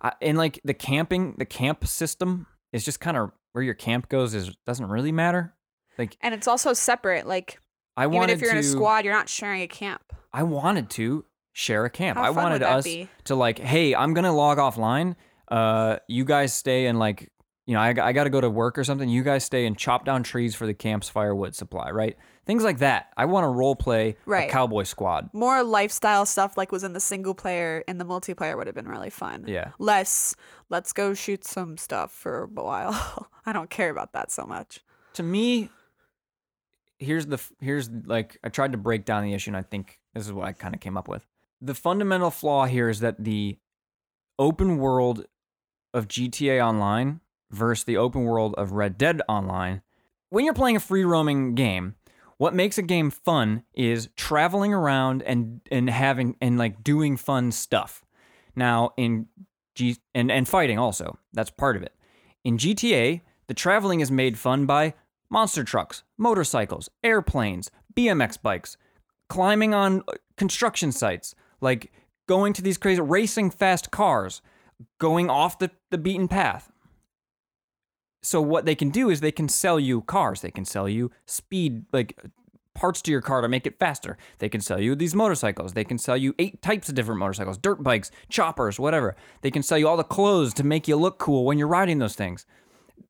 A: I, and like the camping, the camp system is just kind of where your camp goes is doesn't really matter.
B: And it's also separate. Like,
A: I
B: even
A: wanted
B: if you're
A: to,
B: in a squad, you're not sharing a camp.
A: I wanted to share a camp.
B: How
A: I
B: fun
A: wanted
B: would that
A: us
B: be?
A: to like, hey, I'm gonna log offline. Uh, you guys stay and like, you know, I, I got to go to work or something. You guys stay and chop down trees for the camp's firewood supply, right? Things like that. I want to role play
B: Right.
A: a cowboy squad.
B: more lifestyle stuff like was in the single player and the multiplayer would have been really fun.
A: Yeah.
B: Less let's go shoot some stuff for a while. *laughs* I don't care about that so much.
A: to me here's the f- here's like i tried to break down the issue and i think this is what i kind of came up with the fundamental flaw here is that the open world of gta online versus the open world of red dead online when you're playing a free roaming game what makes a game fun is traveling around and and having and like doing fun stuff now in G and and fighting also that's part of it in GTA, the traveling is made fun by monster trucks, motorcycles, airplanes, BMX bikes, climbing on uh, construction sites, like going to these crazy racing fast cars, going off the, the beaten path. So what they can do is they can sell you cars. They can sell you speed like parts to your car to make it faster. They can sell you these motorcycles. They can sell you eight types of different motorcycles, dirt bikes, choppers, whatever. They can sell you all the clothes to make you look cool when you're riding those things.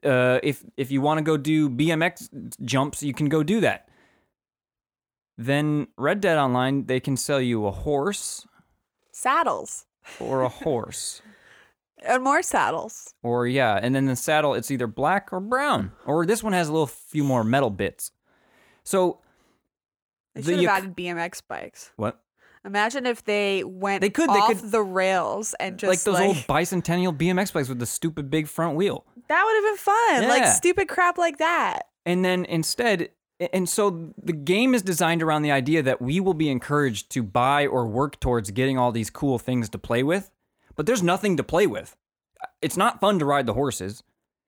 A: Uh, if if you want to go do BMX jumps, you can go do that. Then Red Dead Online, they can sell you a horse
B: Saddles
A: or a horse.
B: and more saddles.
A: Or yeah, and then the saddle it's either black or brown. Or this one has a little few more metal bits. So
B: They
A: The
B: should have
A: Yak-
B: added BMX bikes.
A: what?
B: Imagine if they went
A: They could, they
B: off
A: could-
B: the rails and just
A: like those old bicentennial BMX bikes with the stupid big front wheel.
B: that would have been fun. Like
A: Yeah.
B: stupid crap like that.
A: And then instead and so the game is designed around the idea that we will be encouraged to buy or work towards getting all these cool things to play with, but there's nothing to play with. It's not fun to ride the horses.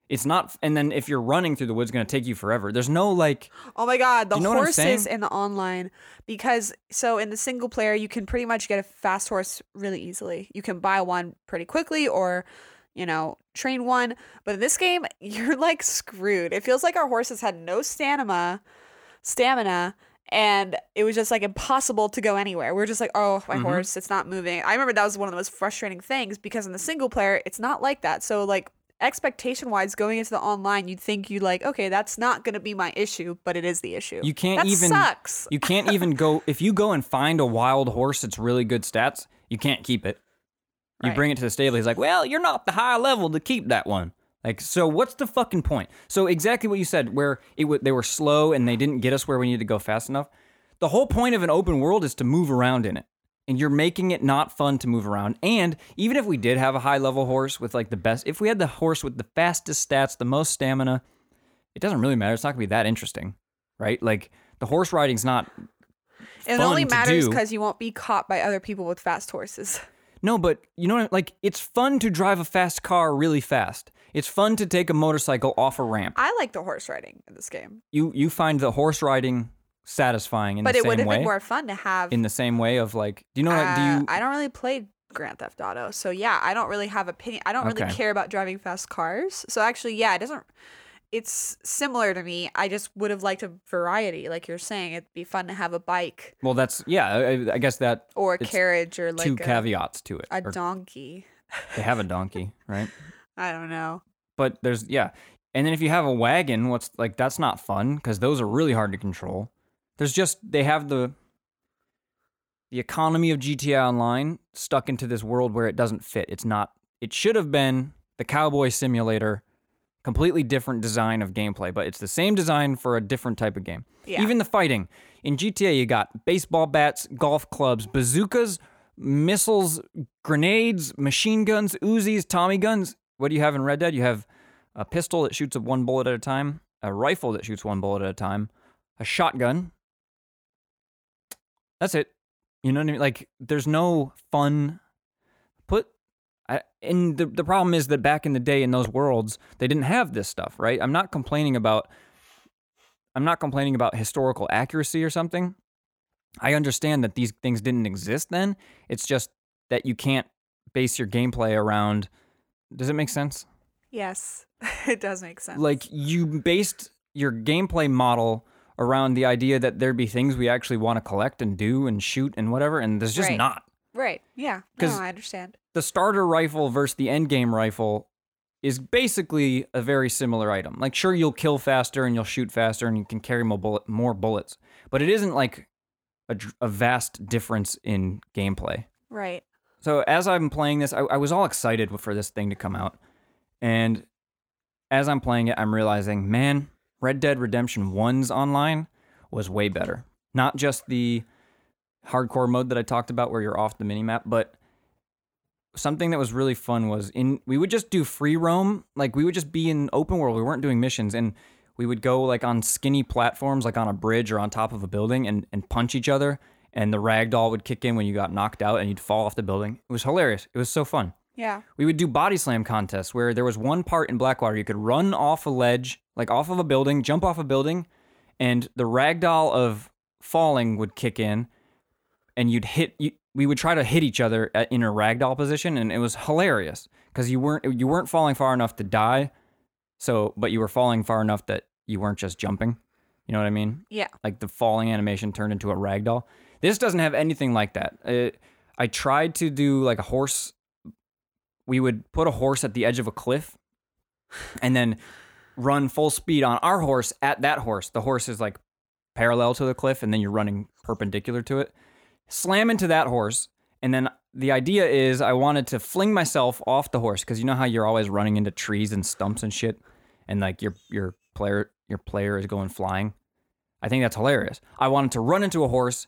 A: It's not and then if you're running through the woods it's going to take you forever. There's no like
B: Oh my god, the
A: you know what I'm
B: horses
A: saying?
B: in the online because so in the single player you can pretty much get a fast horse really easily. You can buy one pretty quickly or you know, train one, but in this game *laughs* you're like screwed. It feels like our horses had no stamina, stamina and it was just like impossible to go anywhere. We are just like, "Oh, my
A: Mhm.
B: horse, it's not moving." I remember that was one of the most frustrating things because in the single player it's not like that. So like expectation wise going into the online you'd think you like okay that's not going to be my issue but it is the issue
A: You can't
B: that
A: even-
B: sucks
A: You can't even go if you go and find a wild horse that's really good stats, you can't keep it. You
B: Right.
A: bring it to the stable, he's like, Well, you're not the high level to keep that one. Like, so what's the fucking point? So exactly what you said, where it w- they were slow and they didn't get us where we needed to go fast enough. The whole point of an open world is to move around in it. And you're making it not fun to move around. And even if we did have a high level horse with like the best, if we had the horse with the fastest stats, the most stamina, it doesn't really matter. It's not gonna be that interesting, right? Like the horse riding's not
B: it
A: fun
B: only
A: to
B: matters
A: do.
B: because you won't be caught by other people with fast horses *laughs*
A: No, but you know what? Like, it's fun to drive a fast car really fast. It's fun to take a motorcycle off a ramp.
B: i like the horse riding in this game
A: You you find the horse riding satisfying in
B: but
A: the
B: it would
A: same
B: have
A: way.
B: been more fun to have
A: in the same way of like, do you know? Like, do
B: uh,
A: you?
B: i don't really play grand theft auto so yeah i don't really have opinion i don't really
A: Okay.
B: care about driving fast cars so actually yeah it doesn't it's similar to me i just would have liked a variety like you're saying it'd be fun to have a bike
A: well, that's yeah. I, I guess that
B: or a
A: It's
B: carriage or like
A: two
B: a,
A: caveats to it.
B: a
A: Or
B: donkey
A: they have a donkey, right?
B: *laughs* I don't know.
A: But there's yeah. And then if you have a wagon, what's like that's not fun because those are really hard to control. There's just they have the the economy of GTA Online stuck into this world where it doesn't fit. It's not. It should have been the Cowboy Simulator, completely different design of gameplay, but it's the same design for a different type of game.
B: Yeah.
A: Even the fighting in GTA, you got baseball bats, golf clubs, bazookas, missiles, grenades, machine guns, Uzis, Tommy guns. What do you have in Red Dead? You have a pistol that shoots one bullet at a time, a rifle that shoots one bullet at a time, a shotgun. That's it. You know what I mean? Like, there's no fun. Put. I, and the, the problem is that back in the day in those worlds, they didn't have this stuff, right? I'm not complaining about. I'm not complaining about historical accuracy or something. I understand that these things didn't exist then. It's just that you can't base your gameplay around. Does it make sense?
B: Yes, *laughs* it does make sense.
A: like you based your gameplay model around the idea that there'd be things we actually want to collect and do and shoot and whatever and there's just
B: Right.
A: not
B: right? Yeah. No,
A: 'Cause-
B: I understand.
A: the starter rifle versus the end game rifle is basically a very similar item like sure you'll kill faster and you'll shoot faster and you can carry more, bullet, more bullets but it isn't like a, dr- a vast difference in gameplay
B: Right.
A: so as I'm playing this, I, I was all excited for this thing to come out, and as I'm playing it, I'm realizing, man, Red Dead Redemption 1's online was way better. Not just the hardcore mode that I talked about, where you're off the minimap, but something that was really fun was in we would just do free roam, like we would just be in open world. We weren't doing missions, and we would go like on skinny platforms, like on a bridge or on top of a building, and and punch each other. And the ragdoll would kick in when you got knocked out, and you'd fall off the building. It was hilarious. It was so fun
B: Yeah.
A: we would do body slam contests where there was one part in Blackwater you could run off a ledge, like off of a building, jump off a building, and the ragdoll of falling would kick in, and you'd hit you, we would try to hit each other at, in a ragdoll position, and it was hilarious because you weren't you weren't falling far enough to die, so but you were falling far enough that you weren't just jumping. You know what I mean?
B: Yeah.
A: Like the falling animation turned into a ragdoll. This doesn't have anything like that. It, I tried to do like a horse. We would put a horse at the edge of a cliff, and then run full speed on our horse at that horse. The horse is like parallel to the cliff, and then you're running perpendicular to it. Slam into that horse, and then the idea is I wanted to fling myself off the horse because you know how you're always running into trees and stumps and shit, and like your your player your player is going flying. I think that's hilarious. I wanted to run into a horse,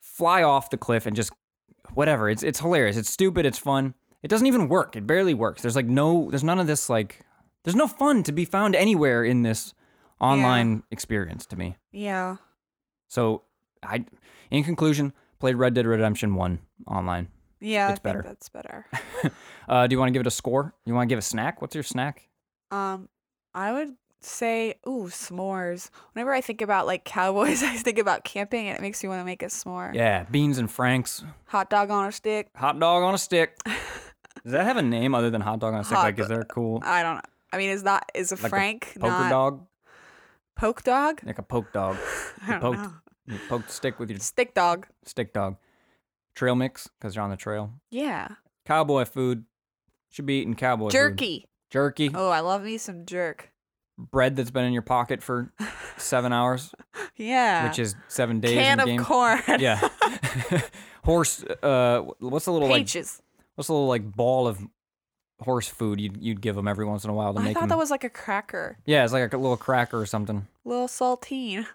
A: fly off the cliff, and just whatever. It's it's hilarious. It's stupid. It's fun. It doesn't even work. It barely works. There's like no. There's none of this like. There's no fun to be found anywhere in this online experience to me.
B: Yeah.
A: So I, in conclusion, played Red Dead Redemption One online.
B: Yeah.
A: It's
B: I
A: better.
B: Think that's better.
A: Uh, do you want to give it a score? You want to give a snack? What's your snack?
B: Um, I would say, ooh, s'mores. Whenever I think about like cowboys, *laughs* I think about camping, and it makes me want to make a s'more.
A: Yeah, beans and franks,
B: Hot dog on a stick.
A: hot dog on a stick. Does that have a name other than hot dog on a stick?
B: Hot
A: like, is there a cool
B: I don't know. I mean, is not is a
A: Like a
B: Frank
A: poker
B: not
A: dog?
B: poke dog? *laughs*
A: Like a poke dog,
B: I don't
A: poked.
B: know.
A: you poke the stick with your
B: Stick dog.
A: stick dog. Trail mix because you're on the trail.
B: Yeah.
A: Cowboy food should be eating cowboy food.
B: Jerky.
A: jerky,
B: Oh, I love me some jerk. *laughs*
A: bread that's been in your pocket for seven
B: *laughs*
A: hours,
B: Yeah.
A: which is seven days.
B: Uh, can
A: in
B: of
A: game.
B: corn.
A: *laughs*
B: *laughs*
A: Yeah. horse. Uh, what's a little like?
B: Peaches.
A: What's a little like ball of horse food you'd you'd give them every once in a while to
B: I
A: make
B: thought
A: them?
B: that was like a cracker.
A: yeah, it's like a little cracker or something.
B: Little saltine.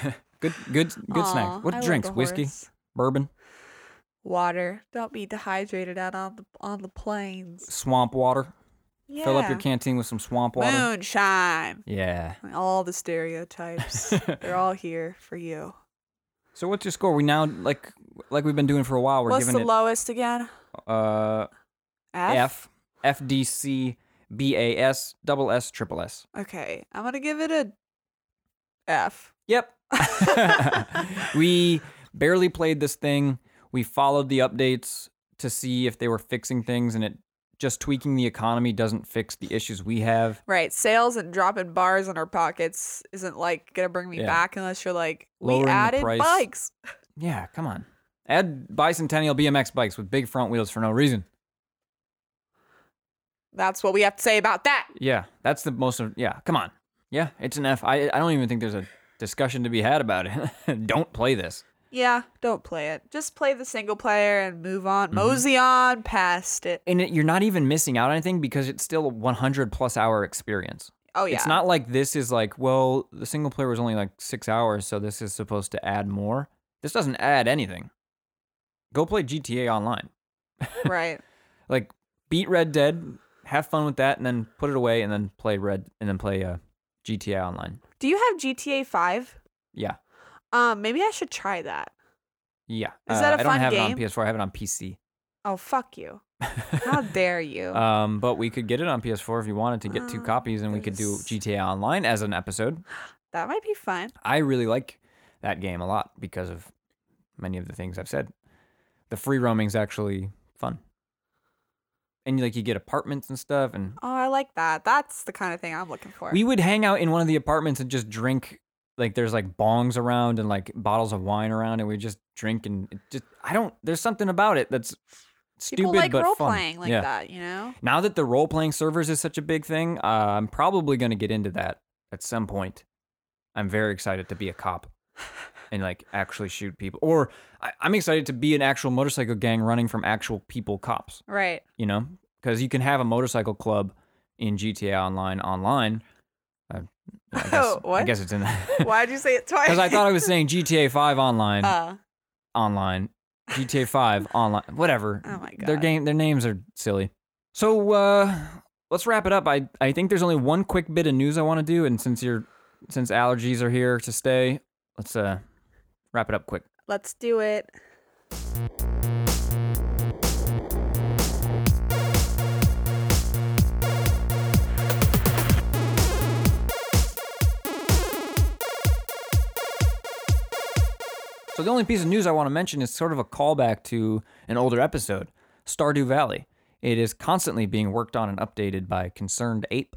B: *laughs*
A: Good, good, good
B: Aw,
A: snacks.
B: I
A: What
B: love
A: drinks?
B: the
A: Whiskey,
B: horse.
A: bourbon,
B: Water. Don't be dehydrated out on the on the plains.
A: swamp water.
B: Yeah.
A: Fill up your canteen with some swamp water.
B: Moonshine.
A: Yeah.
B: All
A: *laughs*
B: the stereotypes. They're all here for you.
A: So what's your score? We now like like we've been doing for a while. We're
B: What's the
A: giving
B: lowest again?
A: it uh F F D C B A S double S triple S.
B: Okay, I'm gonna give it a
A: *laughs*
B: F. *laughs*
A: Yep. *laughs* we barely played this thing. We followed the updates to see if they were fixing things, and it just tweaking the economy doesn't fix the issues we have.
B: Right, sales and dropping bars in our pockets isn't like gonna bring me
A: Yeah.
B: back unless you're like we
A: Lowering the
B: added
A: price.
B: bikes.
A: Yeah, come on. Add bicentennial BMX bikes with big front wheels for no reason.
B: That's what we have to say about that.
A: Yeah, that's the most. Of, yeah, come on. Yeah, it's an F. I I don't even think there's a discussion to be had about it. *laughs* don't play this.
B: Yeah, don't play it. Just play the single player and move on.
A: Mm-hmm.
B: Mosey on past it.
A: And it, you're not even missing out on anything because it's still a 100 plus hour experience.
B: Oh yeah,
A: It's
B: *laughs*
A: not like this is like, well, the single player was only like six hours, so this is supposed to add more. This doesn't add anything. Go play GTA Online.
B: right.
A: Like, beat Red Dead, have fun with that, and then put it away, and then play Red, and then play uh, GTA Online.
B: Do you have GTA Five?
A: Yeah,
B: Um, maybe I should try that.
A: yeah.
B: Is
A: Uh,
B: that a
A: I don't
B: fun
A: have it on
B: game?
A: PS4. I have it on *laughs* PC.
B: Oh fuck you!
A: *laughs*
B: How dare you?
A: Um, but we could get it on PS4 if you wanted to get two
B: Uh,
A: copies, and we could do
B: there's-
A: GTA Online as an episode.
B: that might be fun.
A: I really like that game a lot because of many of the things I've said. The free roaming's actually fun. And like you get apartments and stuff and
B: Oh, I like that. That's the kind of thing I'm looking for.
A: we would hang out in one of the apartments and just drink like there's like bongs around and like bottles of wine around and we just drink and it just I don't there's something about it that's stupid
B: People like
A: but
B: role
A: fun.
B: playing like
A: yeah.
B: that, you know?
A: Now that the role playing servers is such a big thing, uh, I'm probably going to get into that at some point. I'm very excited to be a cop and like actually shoot people. Or I- I'm excited to be an actual motorcycle gang running from actual people cops, *laughs*
B: Right.
A: you know? Because you can have a motorcycle club in GTA Online online. Uh, I, guess, I
B: What?
A: guess it's in *laughs* Because
B: Why'd you say it twice?
A: I thought I was saying GTA 5
B: *laughs*
A: online,
B: Uh,
A: online, GTA 5 online, whatever.
B: oh my god.
A: Their game, their names are silly. So uh, let's wrap it up. I I think there's only one quick bit of news I want to do, and since you're since allergies are here to stay, let's uh wrap it up quick.
B: Let's do it.
A: So But the only piece of news I want to mention is sort of a callback to an older episode, Stardew Valley. It is constantly being worked on and updated by Concerned Ape.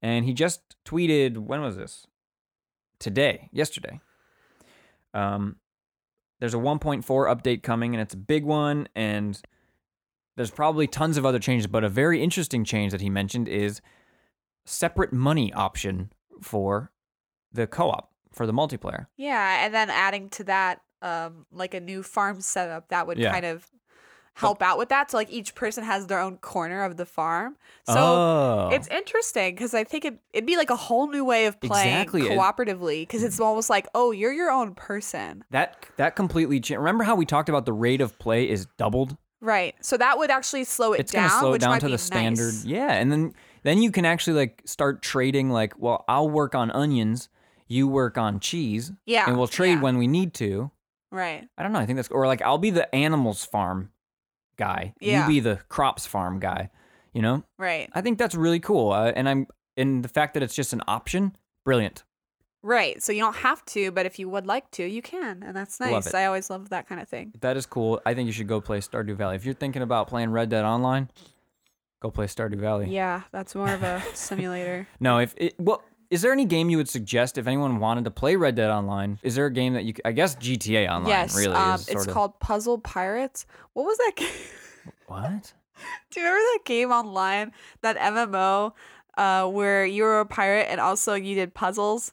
A: And he just tweeted, when was this? Today, yesterday. Um, there's a 1.4 update coming, and it's a big one. And there's probably tons of other changes, but a very interesting change that he mentioned is separate money option for the co-op for the multiplayer.
B: Yeah, and then adding to that, um, like a new farm setup that would
A: Yeah.
B: kind of help out with that. So like each person has their own corner of the farm. So
A: oh,
B: it's interesting because I think it, it'd be like a whole new way of playing
A: Exactly, it- Mm.
B: cooperatively because it's almost like oh you're your own person,
A: that that completely changed. Remember how we talked about the rate of play is doubled?
B: right? So that would actually slow it
A: It's
B: down,
A: going to slow
B: which
A: down
B: might
A: to
B: be
A: the standard.
B: nice.
A: Yeah, and then then you can actually like start trading like, well, I'll work on onions, you work on cheese,
B: Yeah,
A: and we'll trade
B: Ah, yeah,
A: when we need to.
B: right.
A: I don't know, I think that's or like I'll be the animals farm guy.
B: Yeah.
A: You be the crops farm guy, you know?
B: Right.
A: I think that's really cool, uh, and I'm and the fact that it's just an option, brilliant.
B: Right. So you don't have to, but if you would like to, you can. And that's
A: Love
B: nice.
A: it.
B: I always love that kind of thing.
A: That is cool. I think you should go play Stardew Valley if you're thinking about playing Red Dead Online. Go play Stardew Valley.
B: Yeah, that's more of a simulator.
A: No, if it, well, is there any game you would suggest if anyone wanted to play Red Dead Online? Is there a game that you? c- I guess GTA *laughs* Online.
B: yes.
A: really
B: um,
A: is sort
B: it's
A: of
B: called Puzzle Pirates. What was that *laughs* game?
A: what?
B: Do you remember that game online, that MMO, uh, where you were a pirate and also you did puzzles?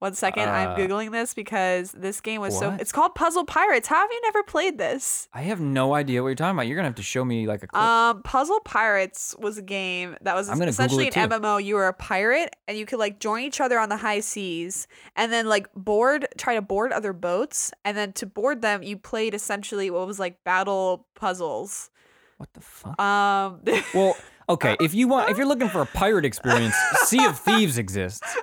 B: One second,
A: Uh,
B: I'm googling this because this game was so.
A: what?
B: It's called Puzzle Pirates. How have you never played this?
A: I have no idea what you're talking about. You're gonna have to show me like a clip.
B: Um, Puzzle Pirates was a game that was
A: I'm gonna Google
B: essentially an
A: it too.
B: MMO. You were a pirate, and you could like join each other on the high seas, and then like board, try to board other boats, and then to board them, you played essentially what was like battle puzzles.
A: what the fuck?
B: Um, *laughs*
A: well, okay. If you want, if you're looking for a pirate experience, Sea of Thieves exists.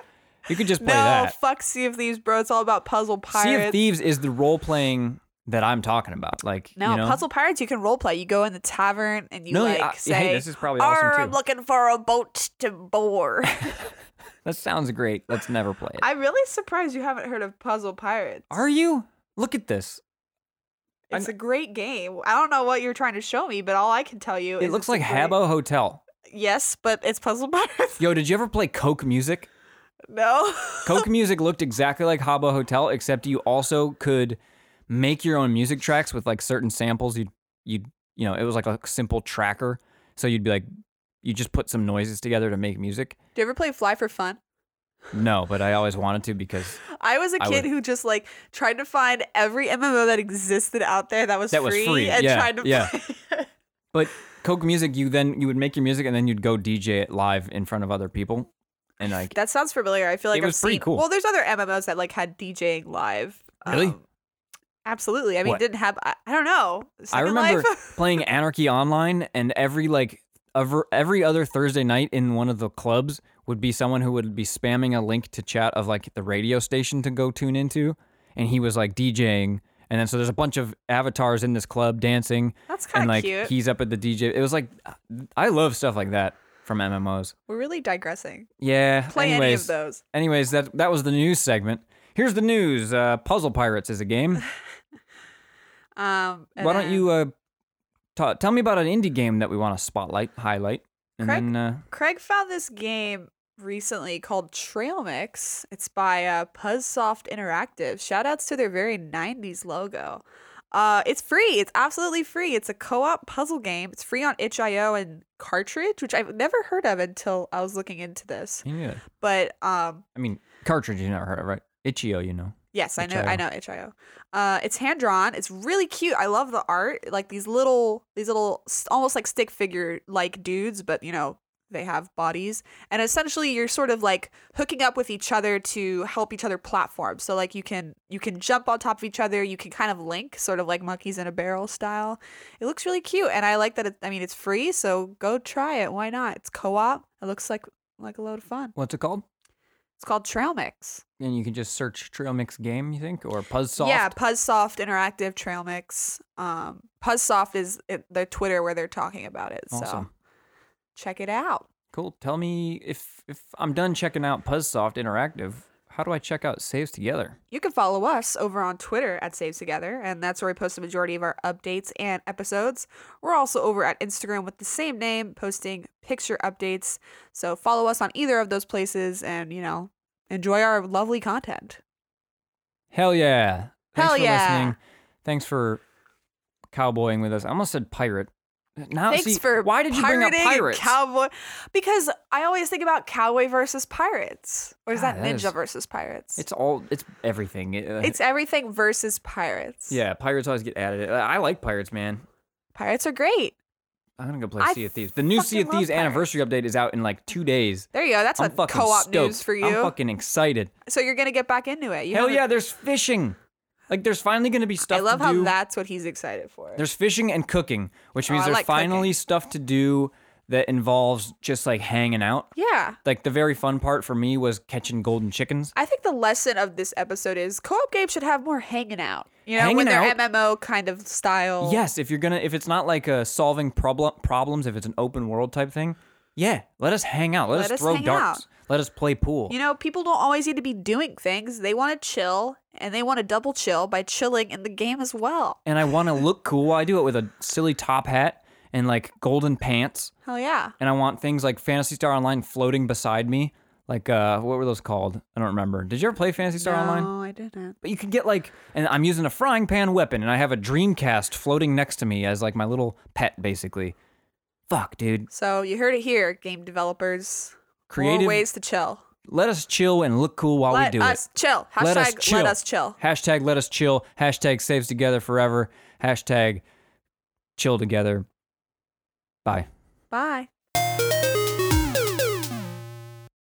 A: You could just
B: no,
A: play that.
B: fuck Sea of Thieves, bro. It's all about Puzzle
A: Sea of
B: Pirates.
A: Thieves is the role playing that I'm talking about. Like
B: No,
A: you know?
B: Puzzle Pirates, you can role play. You go in the tavern and you
A: No,
B: like
A: yeah, I-
B: say,
A: hey, this is probably
B: "Arr,
A: awesome too.
B: I'm looking for a boat to bore."
A: That sounds great. Let's never play it.
B: *laughs* I'm really surprised you haven't heard of Puzzle Pirates.
A: Are you? Look at this.
B: It's a great game. I don't know what you're trying to show me, but all I can tell you is
A: It looks
B: it's a
A: like
B: great-
A: Habbo Hotel.
B: Yes, but it's Puzzle *laughs* Pirates.
A: Yo, did you ever play Coke Music?
B: no.
A: Coke Music looked exactly like Habbo Hotel, except you also could make your own music tracks with like certain samples. You'd you'd you know, it was like a simple tracker. So you'd be like you just put some noises together to make music.
B: Do you ever play Fly for Fun?
A: No, but I always wanted to because
B: I was a
A: I
B: kid
A: would-
B: who just like tried to find every MMO that existed out there that was,
A: That was free,
B: and
A: yeah,
B: tried to
A: yeah.
B: play.
A: But Coke Music, you then you would make your music and then you'd go DJ it live in front of other people, and like
B: That sounds familiar. I feel like
A: It
B: I've
A: was pretty
B: seen-
A: cool.
B: Well, there's other MMOs that like had DJing live. um,
A: Really?
B: absolutely. I mean,
A: What?
B: didn't have. I, I don't know.
A: I
B: Second
A: remember
B: Life? *laughs*
A: playing Anarchy Online, and every like ever, every other Thursday night in one of the clubs would be someone who would be spamming a link to chat of like the radio station to go tune into, and he was like DJing, and then so there's a bunch of avatars in this club dancing,
B: That's kind
A: and
B: of
A: like
B: cute.
A: he's up at the DJ. It was like I love stuff like that from MMOs.
B: We're really digressing.
A: Yeah.
B: Play
A: anyways,
B: any of those.
A: Anyways, that that was the news segment. Here's the news. Uh, Puzzle Pirates is a game.
B: Um, and
A: Why don't
B: then-
A: you uh, ta- tell me about an indie game that we want to spotlight, highlight, and
B: Craig?
A: then uh,
B: Craig found this game recently called Trail Mix. It's by uh, Puzzsoft Interactive. Shout outs to their very 90s logo. Uh, it's free. It's absolutely free. It's a co-op puzzle game. It's free on itch.io and cartridge, which I've never heard of until I was looking into this.
A: yeah.
B: But um,
A: I mean, cartridge you never heard of, right? Itch.io, you know.
B: yes, I know, I
A: itch.io.
B: know itch.io. Uh, it's hand drawn. It's really cute. I love the art. Like these little, these little, s- almost like stick figure like dudes, but you know, they have bodies and essentially you're sort of like hooking up with each other to help each other platform so like you can you can jump on top of each other you can kind of link sort of like monkeys in a barrel style it looks really cute and i like that it, i mean it's free so go try it why not it's co-op it looks like like a load of fun
A: What's it called?
B: it's called trail mix
A: And you can just search Trail Mix Game, you think, or Puzzsoft.
B: yeah puzzsoft interactive trail mix um puzzsoft is it, their twitter where they're talking about it so
A: Awesome.
B: check it out
A: Cool. Tell me if if I'm done checking out Puzzsoft Interactive, how do I check out Saves Together?
B: You can follow us over on Twitter at Saves Together, and that's where we post the majority of our updates and episodes. We're also over at Instagram with the same name, posting picture updates. So follow us on either of those places and, you know, enjoy our lovely content.
A: Hell yeah. Thanks
B: Hell
A: for
B: yeah.
A: listening. Thanks for cowboying with us. I almost said pirate. Now,
B: Thanks
A: Oh, see,
B: for
A: why did you bring up
B: pirating and
A: pirates?
B: Cowboy because I always think about cowboy versus pirates. Or is
A: God,
B: that
A: that
B: ninja
A: is-
B: versus pirates?
A: it's all it's everything. It, uh,
B: it's everything versus pirates.
A: yeah, pirates always get added. I I like pirates, man.
B: Pirates are great.
A: I'm gonna go play
B: I
A: Sea of Thieves. The new Sea of
B: fucking love
A: Thieves anniversary update is out in like two days.
B: There you go. That's
A: I'm
B: a
A: fucking
B: co-op
A: stoked.
B: news for you.
A: I'm fucking excited.
B: so you're gonna get back into it. You
A: Hell
B: haven't-
A: yeah, there's fishing. Like there's finally gonna be stuff.
B: I love
A: to
B: how
A: do.
B: that's what he's excited for.
A: There's fishing and cooking, which
B: Oh,
A: means
B: I
A: there's
B: like cooking.
A: finally stuff to do that involves just like hanging out.
B: yeah.
A: Like the very fun part for me was catching golden chickens.
B: I think the lesson of this episode is co-op games should have more hanging out. You know,
A: Hanging
B: when they're
A: out?
B: MMO kind of style.
A: Yes, if you're gonna, if it's not like a solving problem problems, if it's an open world type thing, yeah, let us hang out. Let,
B: Let us
A: throw
B: hang
A: darts. Let us play pool.
B: You know, people don't always need to be doing things. They want to chill and they want to double chill by chilling in the game as well.
A: and I want to look cool. I do it with a silly top hat and like golden pants.
B: Hell yeah.
A: and I want things like Fantasy Star Online floating beside me. Like uh, what were those called? I don't remember. Did you ever play Fantasy Star Online?
B: No, I didn't.
A: But you could get like, and I'm using a frying pan weapon, and I have a Dreamcast floating next to me as like my little pet, basically. Fuck, dude.
B: So you heard it here, game developers.
A: Creative.
B: More ways to chill.
A: Let us chill and look cool while
B: let
A: we do
B: us
A: it.
B: chill. Hashtag
A: let us chill.
B: let us chill.
A: Hashtag let us chill. Hashtag saves together forever. Hashtag chill together. Bye.
B: Bye.